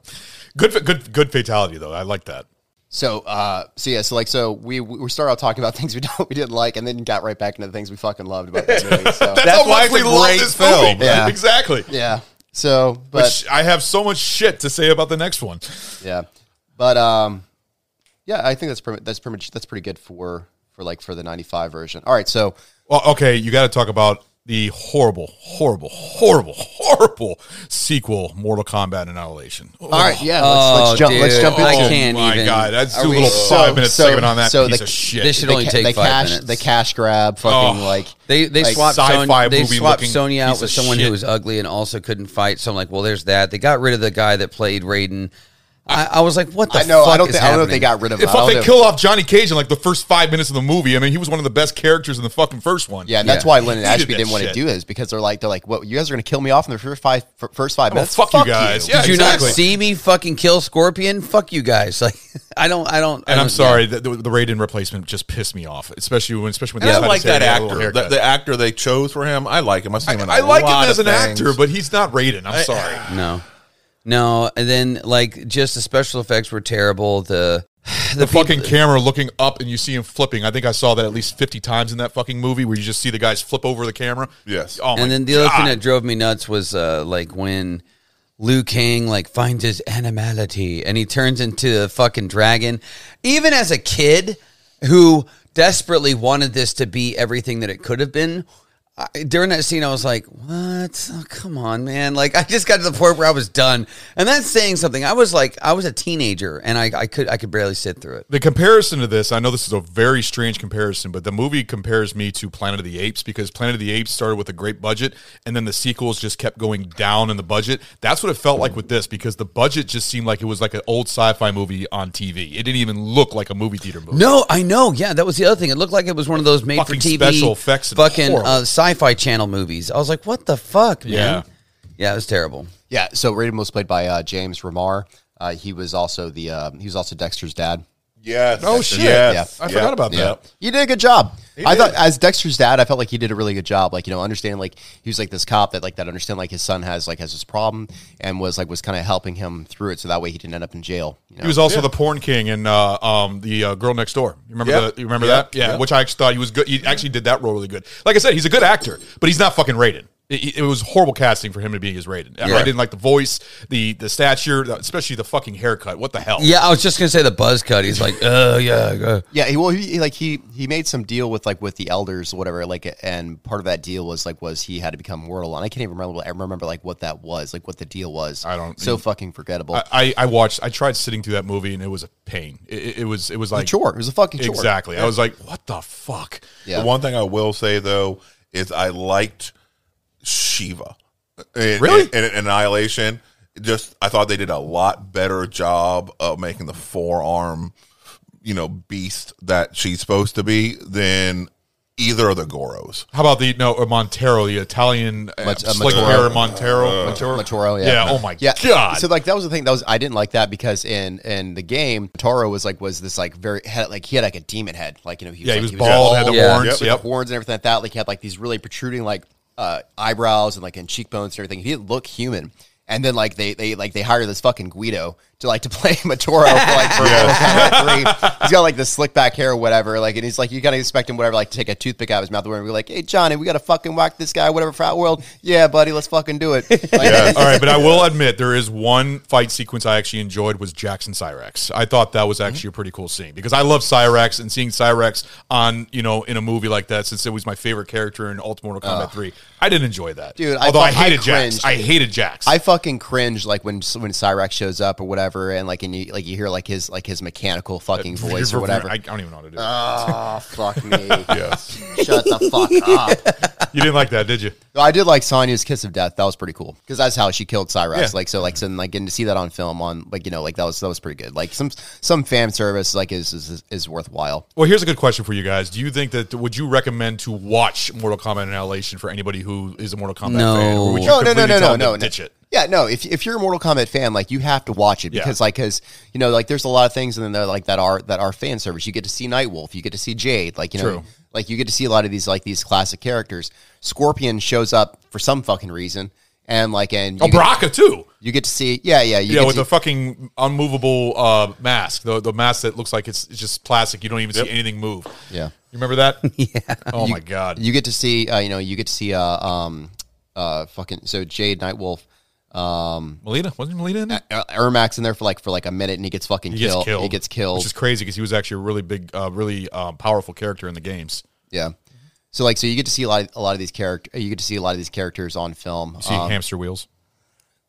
Speaker 10: Good, fa- good, good fatality though. I like that.
Speaker 11: So, uh, so yeah, so like, so we we started out talking about (laughs) things we don't we didn't like, and then got right back into the things we fucking loved about this
Speaker 10: (laughs)
Speaker 11: movie. So,
Speaker 10: That's, how much we love this film. (laughs)
Speaker 11: Yeah.
Speaker 10: Exactly.
Speaker 11: yeah. So, but
Speaker 10: Which I have so much shit to say about the next one.
Speaker 11: yeah, but um, yeah, I think that's pretty that's pretty much that's pretty good for for like for the '95 version. All right, so
Speaker 10: Well, okay, you got to talk about the horrible, horrible, horrible, horrible sequel, Mortal Kombat Annihilation.
Speaker 11: all right, yeah, let's,
Speaker 9: Oh,
Speaker 11: let's jump let's
Speaker 9: dude.
Speaker 11: jump into
Speaker 9: I
Speaker 11: it.
Speaker 9: can't
Speaker 10: my
Speaker 9: even-
Speaker 10: god, that's
Speaker 11: Are
Speaker 10: do a
Speaker 11: we-
Speaker 10: little
Speaker 11: so-
Speaker 10: five minute
Speaker 11: so-
Speaker 10: segment on that
Speaker 11: so
Speaker 10: piece
Speaker 11: the-
Speaker 10: of shit.
Speaker 9: this should only
Speaker 11: ca-
Speaker 9: take
Speaker 11: the
Speaker 9: five
Speaker 11: cash
Speaker 9: minutes.
Speaker 11: the cash grab fucking
Speaker 10: Oh.
Speaker 11: like
Speaker 9: They they
Speaker 11: Like
Speaker 9: swapped
Speaker 10: sci-fi
Speaker 9: Sonya, they
Speaker 10: movie
Speaker 9: swapped
Speaker 10: looking
Speaker 9: Sonya
Speaker 10: piece
Speaker 9: out
Speaker 10: of
Speaker 9: with someone
Speaker 10: shit.
Speaker 9: who was ugly and also couldn't fight. So I'm like, well, there's that. They got rid of the guy that played Raiden. I, I was like, what the?
Speaker 11: I know
Speaker 9: Fuck
Speaker 11: I don't
Speaker 9: is
Speaker 11: think, I don't know if they
Speaker 9: happening?
Speaker 11: got rid of
Speaker 10: If
Speaker 11: him. I don't
Speaker 10: they
Speaker 11: know.
Speaker 10: kill off Johnny Cage in like the first five minutes of the movie, I mean, he was one of the best characters in the fucking first one.
Speaker 11: Yeah, and that's
Speaker 9: Yeah.
Speaker 11: why Lynn and
Speaker 10: Hated
Speaker 11: Ashby
Speaker 10: that
Speaker 11: didn't want to
Speaker 10: shit.
Speaker 11: do this because they're like, they're like, what? You guys are going to kill me off in the first five, fir- first five
Speaker 10: I'm gonna
Speaker 11: minutes.
Speaker 10: fuck you guys. Yeah,
Speaker 9: Did you
Speaker 10: exactly.
Speaker 9: not see me fucking kill Scorpion? Fuck you guys! (laughs) Like, I don't, I don't. I
Speaker 10: And
Speaker 9: don't-
Speaker 10: I'm sorry, the, the, the Raiden replacement just pissed me off, especially when, especially when
Speaker 12: And
Speaker 10: they
Speaker 12: I
Speaker 10: cut
Speaker 12: like
Speaker 10: his hair
Speaker 12: that
Speaker 10: and got a little
Speaker 12: actor. The,
Speaker 10: haircut.
Speaker 12: the actor they chose for him, I like him. I've seen him. in a
Speaker 10: I like
Speaker 12: lot
Speaker 10: him as
Speaker 12: of
Speaker 10: an
Speaker 12: things.
Speaker 10: actor, but he's not Raiden. I'm sorry.
Speaker 9: No, no. And then like just the special effects were terrible. The (sighs) the,
Speaker 10: the
Speaker 9: people-
Speaker 10: fucking camera looking up and you see him flipping. I think I saw that at least 50 times in that fucking movie where you just see the guys flip over the camera.
Speaker 12: Yes.
Speaker 10: Oh, my
Speaker 9: and then the other thing
Speaker 10: God.
Speaker 9: that drove me nuts was uh, like when Liu Kang like finds his animality and he turns into a fucking dragon. Even as a kid who desperately wanted this to be everything that it could have been. I, during that scene, I was like, "What? Oh, come on, man!" Like, I just got to the point where I was done, and that's saying something. I was like, I was a teenager, and I, I could, I could barely sit through it.
Speaker 10: the comparison to this, I know this is a very strange comparison, but the movie compares me to Planet of the Apes because Planet of the Apes started with a great budget and then the sequels just kept going down in the budget. That's what it felt like with this because the budget just seemed like it was like an old sci-fi movie on TV. It didn't even look like a movie theater movie.
Speaker 9: No, I know. Yeah, that was the other thing. It looked like it was one of those made
Speaker 10: Fucking
Speaker 9: for TV
Speaker 10: special effects and
Speaker 9: fucking
Speaker 10: horrible.
Speaker 9: uh, sci-fi channel movies. I was like, what the fuck, man?
Speaker 10: Yeah.
Speaker 9: Yeah, it was terrible.
Speaker 11: yeah. So Raiden was played by uh, James Ramar. Uh, he was also the uh, he was also Dexter's dad.
Speaker 12: yes.
Speaker 10: Oh, shit.
Speaker 12: Yes.
Speaker 10: I forgot about
Speaker 11: Yeah.
Speaker 10: that.
Speaker 11: You did a good job. I
Speaker 12: did.
Speaker 11: thought as Dexter's dad, I felt like he did a really good job. Like, you know, understanding like he was like this cop that like that understand like his son has like has this problem and was like was kind of helping him through it so that way he didn't end up in jail. You know?
Speaker 10: He was also the porn king in uh, um, the uh, Girl Next Door. You remember
Speaker 12: Yeah.
Speaker 10: that? You remember
Speaker 12: Yeah.
Speaker 10: that? Yeah,
Speaker 12: Yeah.
Speaker 10: Which I actually thought he was good. He actually did that role really good. Like I said, he's a good actor, but he's not fucking rated. It, it was horrible casting for him to be as rated. I- I didn't like the voice, the the stature, especially the fucking haircut. What the hell?
Speaker 9: Yeah, I was just gonna say the buzz cut. He's like, oh yeah, uh.
Speaker 11: Yeah, he well, he, he, like he he made some deal with like with the elders, or whatever. Like, and part of that deal was like was he had to become mortal, and I can't even remember. I remember like what that was, like what the deal was.
Speaker 10: I don't-
Speaker 11: so fucking forgettable.
Speaker 10: I, I I watched. I tried sitting through that movie, and it was a pain. It- It, it was. It was like
Speaker 11: chore. It was a fucking chore.
Speaker 10: Exactly. I was like, what the fuck?
Speaker 11: yeah,
Speaker 12: The one thing I will say though is I liked Shiva. In,
Speaker 10: Really?
Speaker 12: In, in Annihilation, just I thought they did a lot better job of making the forearm, you know, beast that she's supposed to be than either of the Goros.
Speaker 10: How about the no uh, Montero, the Italian uh,
Speaker 11: Mat- uh,
Speaker 10: slick
Speaker 11: Matoro.
Speaker 10: hair Montero?
Speaker 12: Uh,
Speaker 10: Montero.
Speaker 11: Matoro, yeah.
Speaker 10: Yeah. Oh my god.
Speaker 11: So like that was the thing that was I didn't like that because in in the game Toro was like was this like very had like he had like a demon head like you know he was
Speaker 10: yeah,
Speaker 11: like,
Speaker 10: he was bald, had the
Speaker 9: Yeah.
Speaker 10: horns.
Speaker 12: Yep.
Speaker 11: with
Speaker 10: Yep.
Speaker 11: the horns and everything like that. Like he had like these really protruding like uh, eyebrows and like and cheekbones and everything. He didn't look human. And then like they they like they hire this fucking Guido to like (laughs) to play Matoro for like for (laughs) Mortal Kombat 3. He's got like the slick back hair or whatever, like and he's like you gotta expect him whatever, like to take a toothpick out of his mouth and be like, Hey Johnny, we gotta fucking whack this guy, whatever frat world. Yeah, buddy, let's fucking
Speaker 10: (laughs)
Speaker 11: do it. Like, (laughs)
Speaker 10: Yeah. All right, but I will admit there is one fight sequence I actually enjoyed was Jackson Cyrax. I thought that was actually a pretty cool scene because I love Cyrax and seeing Cyrax on you know in a movie like that since it was my favorite character in Ultimate Mortal Kombat Three. I did enjoy that,
Speaker 11: Dude, I
Speaker 10: Although I,
Speaker 11: fuck- I
Speaker 10: hated Jax,
Speaker 11: cringed.
Speaker 10: I hated Jax.
Speaker 11: I fucking cringe like when when Cyrax shows up or whatever, and like and you like you hear like his like his mechanical fucking voice or whatever.
Speaker 10: I, I don't even know how to do. it.
Speaker 11: Oh, fuck me.
Speaker 12: Yes.
Speaker 11: Shut the fuck up.
Speaker 10: you didn't like that, did you?
Speaker 11: No, I did like Sonya's kiss of death. That was pretty cool because that's how she killed Cyrus.
Speaker 10: Yeah.
Speaker 11: Like so, like so, and, like getting to see that on film on like you know like that was that was pretty good. Like some some fan service like is is, is worthwhile.
Speaker 10: Well, here's a good question for you guys. Do you think that would you recommend to watch Mortal Kombat Annihilation for anybody who is a Mortal Kombat
Speaker 9: No.
Speaker 10: fan, or would you
Speaker 11: No, no, no,
Speaker 10: completely
Speaker 11: no,
Speaker 10: tell
Speaker 11: no,
Speaker 10: them to
Speaker 11: no, no.
Speaker 10: ditch it?
Speaker 11: Yeah, no. If, if you're a Mortal Kombat fan, like you have to watch it
Speaker 10: Yeah.
Speaker 11: because, like, because you know, like, there's a lot of things, and then they're like that are that are fan service. You get to see Nightwolf, you get to see Jade, like you know,
Speaker 10: True.
Speaker 11: like you get to see a lot of these like these classic characters. Scorpion shows up for some fucking reason, and like, and you,
Speaker 10: Oh, Baraka too.
Speaker 11: get, you get to see, yeah, yeah, you
Speaker 10: yeah,
Speaker 11: get
Speaker 10: with
Speaker 11: to,
Speaker 10: the fucking unmovable uh, mask, the the mask that looks like it's, it's just plastic. You don't even see anything move.
Speaker 11: (laughs) Yeah.
Speaker 10: you remember that? yeah. Oh my god.
Speaker 11: you get to see, uh, you know, you get to see, uh, um, uh, fucking so Jade Nightwolf. Um,
Speaker 10: Melina wasn't Melina in it?
Speaker 11: Er- Ermac's in there for like for like a minute, and he gets fucking
Speaker 10: He gets
Speaker 11: killed.
Speaker 10: killed.
Speaker 11: He gets killed.
Speaker 10: which is crazy because he was actually a really big, uh, really uh, powerful character in the games.
Speaker 11: Yeah. So like so you get to see a lot a lot of these character you get to see a lot of these characters on film.
Speaker 10: See
Speaker 11: um,
Speaker 10: hamster wheels.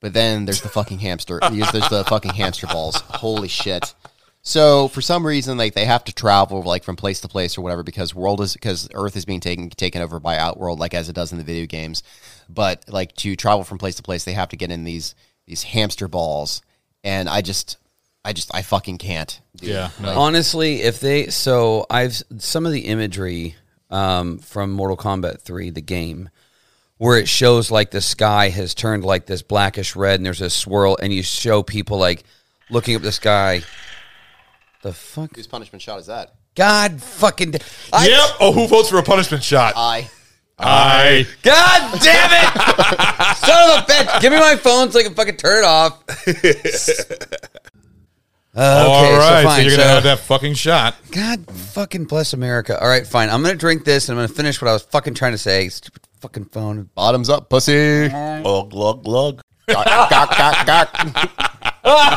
Speaker 11: but then there's the fucking hamster. There's, there's the fucking hamster balls. Holy shit. So for some reason like they have to travel like from place to place or whatever because world is because Earth is being taken taken over by Outworld like as it does in the video games. But like to travel from place to place they have to get in these these hamster balls and I just I just I fucking can't. dude.
Speaker 10: Yeah, no.
Speaker 9: Honestly, if they so I've some of the imagery um, from Mortal Kombat Three, the game, where it shows like the sky has turned like this blackish red, and there's a swirl, and you show people like looking up the sky. The fuck,
Speaker 11: Whose punishment shot is that?
Speaker 9: God fucking, da- I,
Speaker 10: yep. Oh, who votes for a punishment shot?
Speaker 11: I
Speaker 10: I.
Speaker 9: God damn
Speaker 10: (laughs)
Speaker 9: it, son of a bitch! Give me my phone so I can fucking turn it off.
Speaker 10: All right, so,
Speaker 9: fine,
Speaker 10: you're gonna
Speaker 9: so-
Speaker 10: have that fucking shot.
Speaker 9: God fucking bless America. All right, fine. I'm gonna drink this and I'm gonna finish what I was fucking trying to say. Stupid fucking phone.
Speaker 11: bottoms up pussy.
Speaker 12: Lug, lug, lug.
Speaker 11: Gawk, gawk, gawk, gawk.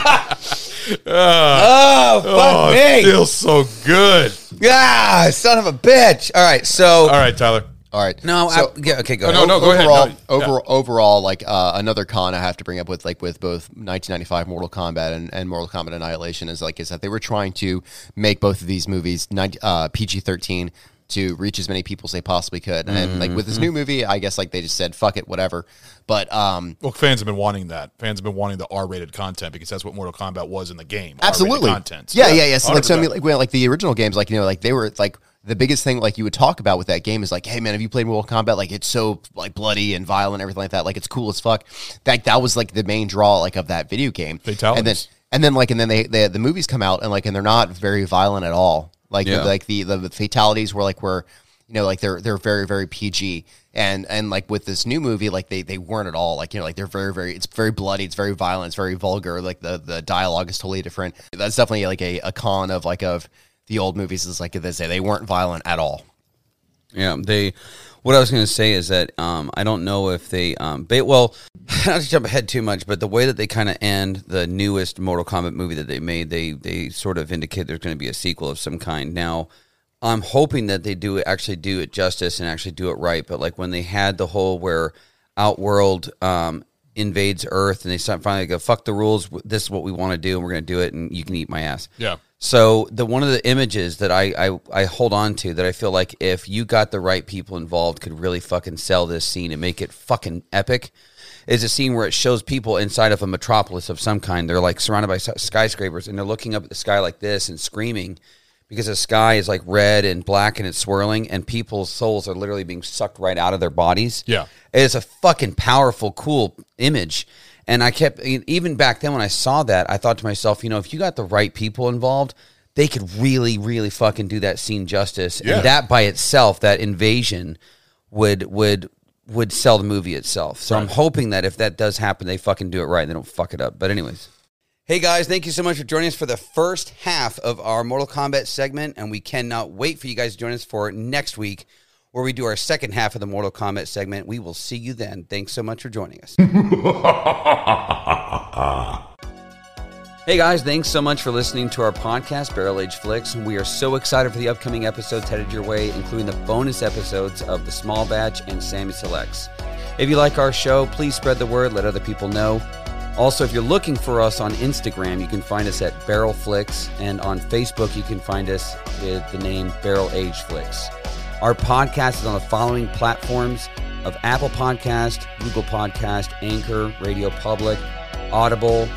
Speaker 9: Oh fuck
Speaker 10: Oh, it
Speaker 9: me!
Speaker 10: feels so good.
Speaker 9: Ah, son of a bitch. All right, so
Speaker 10: All right, Tyler.
Speaker 11: All right.
Speaker 9: no,
Speaker 11: So-
Speaker 9: I, yeah, okay, go.
Speaker 10: Oh,
Speaker 9: ahead.
Speaker 10: no, no, go ahead.
Speaker 11: overall,
Speaker 10: No,
Speaker 11: overall, overall, like uh, another con I have to bring up with like with both 1995 Mortal Kombat and, and Mortal Kombat Annihilation is like is that they were trying to make both of these movies 90, uh, PG-13 to reach as many people as they possibly could, and
Speaker 9: Mm,
Speaker 11: like with
Speaker 9: mm-hmm.
Speaker 11: this new movie, I guess like they just said fuck it, whatever. But um,
Speaker 10: Well, fans have been wanting that. Fans have been wanting the R-rated content because that's what Mortal Kombat was in the game. R-rated
Speaker 11: absolutely
Speaker 10: content.
Speaker 11: Yeah, yeah, yeah. So like, so I
Speaker 10: 100%.
Speaker 11: mean, like, when, like the original games, like you know, like they were like the biggest thing like you would talk about with that game is like, hey man, have you played Mortal Kombat? Like it's so like bloody and violent, and everything like that. Like it's cool as fuck. Like that was like the main draw like of that video game.
Speaker 10: Fatalities.
Speaker 11: And then and then like and then they, they the movies come out and like and they're not very violent at all. Like
Speaker 9: Yeah.
Speaker 11: the, like the the fatalities were like were you know like they're they're very very PG and and like with this new movie like they they weren't at all like you know like they're very very it's very bloody it's very violent it's very vulgar like the the dialogue is totally different that's definitely like a, a con of like of the old movies is like they say they weren't violent at all
Speaker 9: Yeah, they. What I was going to say is that um, I don't know if they. Um, ba- well, (sighs) not to jump ahead too much, but the way that they kind of end the newest Mortal Kombat movie that they made, they they sort of indicate there's going to be a sequel of some kind. Now, I'm hoping that they do actually do it justice and actually do it right. But like when they had the whole where Outworld um, invades Earth and they start- finally go fuck the rules, this is what we want to do, and we're going to do it, and you can eat my ass.
Speaker 10: Yeah.
Speaker 9: So the one of the images that I, I I hold on to that I feel like if you got the right people involved could really fucking sell this scene and make it fucking epic is a scene where it shows people inside of a metropolis of some kind. They're like surrounded by s- skyscrapers and they're looking up at the sky like this and screaming because the sky is like red and black and it's swirling and people's souls are literally being sucked right out of their bodies.
Speaker 10: Yeah.
Speaker 9: It's a fucking powerful, cool image. And I kept, e, even back then when I saw that, I thought to myself, you know, if you got the right people involved, they could really, really fucking do that scene justice.
Speaker 12: Yeah.
Speaker 9: And that by itself, that invasion would, would, would sell the movie itself. So I'm hoping that if that does happen, they fucking do it right and they don't fuck it up. But anyways. Hey guys, thank you so much for joining us for the first half of our Mortal Kombat segment, and we cannot wait for you guys to join us for next week, where we do our second half of the Mortal Kombat segment. We will see you then. Thanks so much for joining us. Hey guys, thanks so much for listening to our podcast, Barrel Age Flicks. We are so excited for the upcoming episodes headed your way, including the bonus episodes of The Small Batch and Sammy Selects. If you like our show, please spread the word, let other people know. Also, if you're looking for us on Instagram, you can find us at Barrel Flicks, and on Facebook, you can find us with the name Barrel Age Flicks. Our podcast is on the following platforms of Apple Podcast, Google Podcast, Anchor, Radio Public, Audible,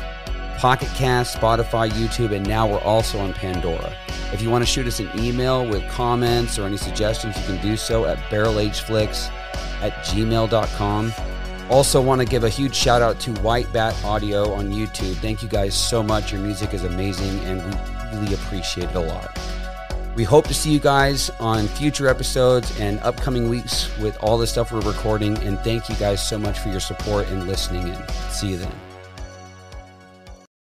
Speaker 9: Pocket Cast, Spotify, YouTube, and now we're also on Pandora. If you want to shoot us an email with comments or any suggestions, you can do so at barrelageflicks at gmail.com. Also, want to give a huge shout out to White Bat Audio on YouTube. Thank you guys so much. Your music is amazing, and we really appreciate it a lot. We hope to see you guys on future episodes and upcoming weeks with all the stuff we're recording. And thank you guys so much for your support and listening in. See you then.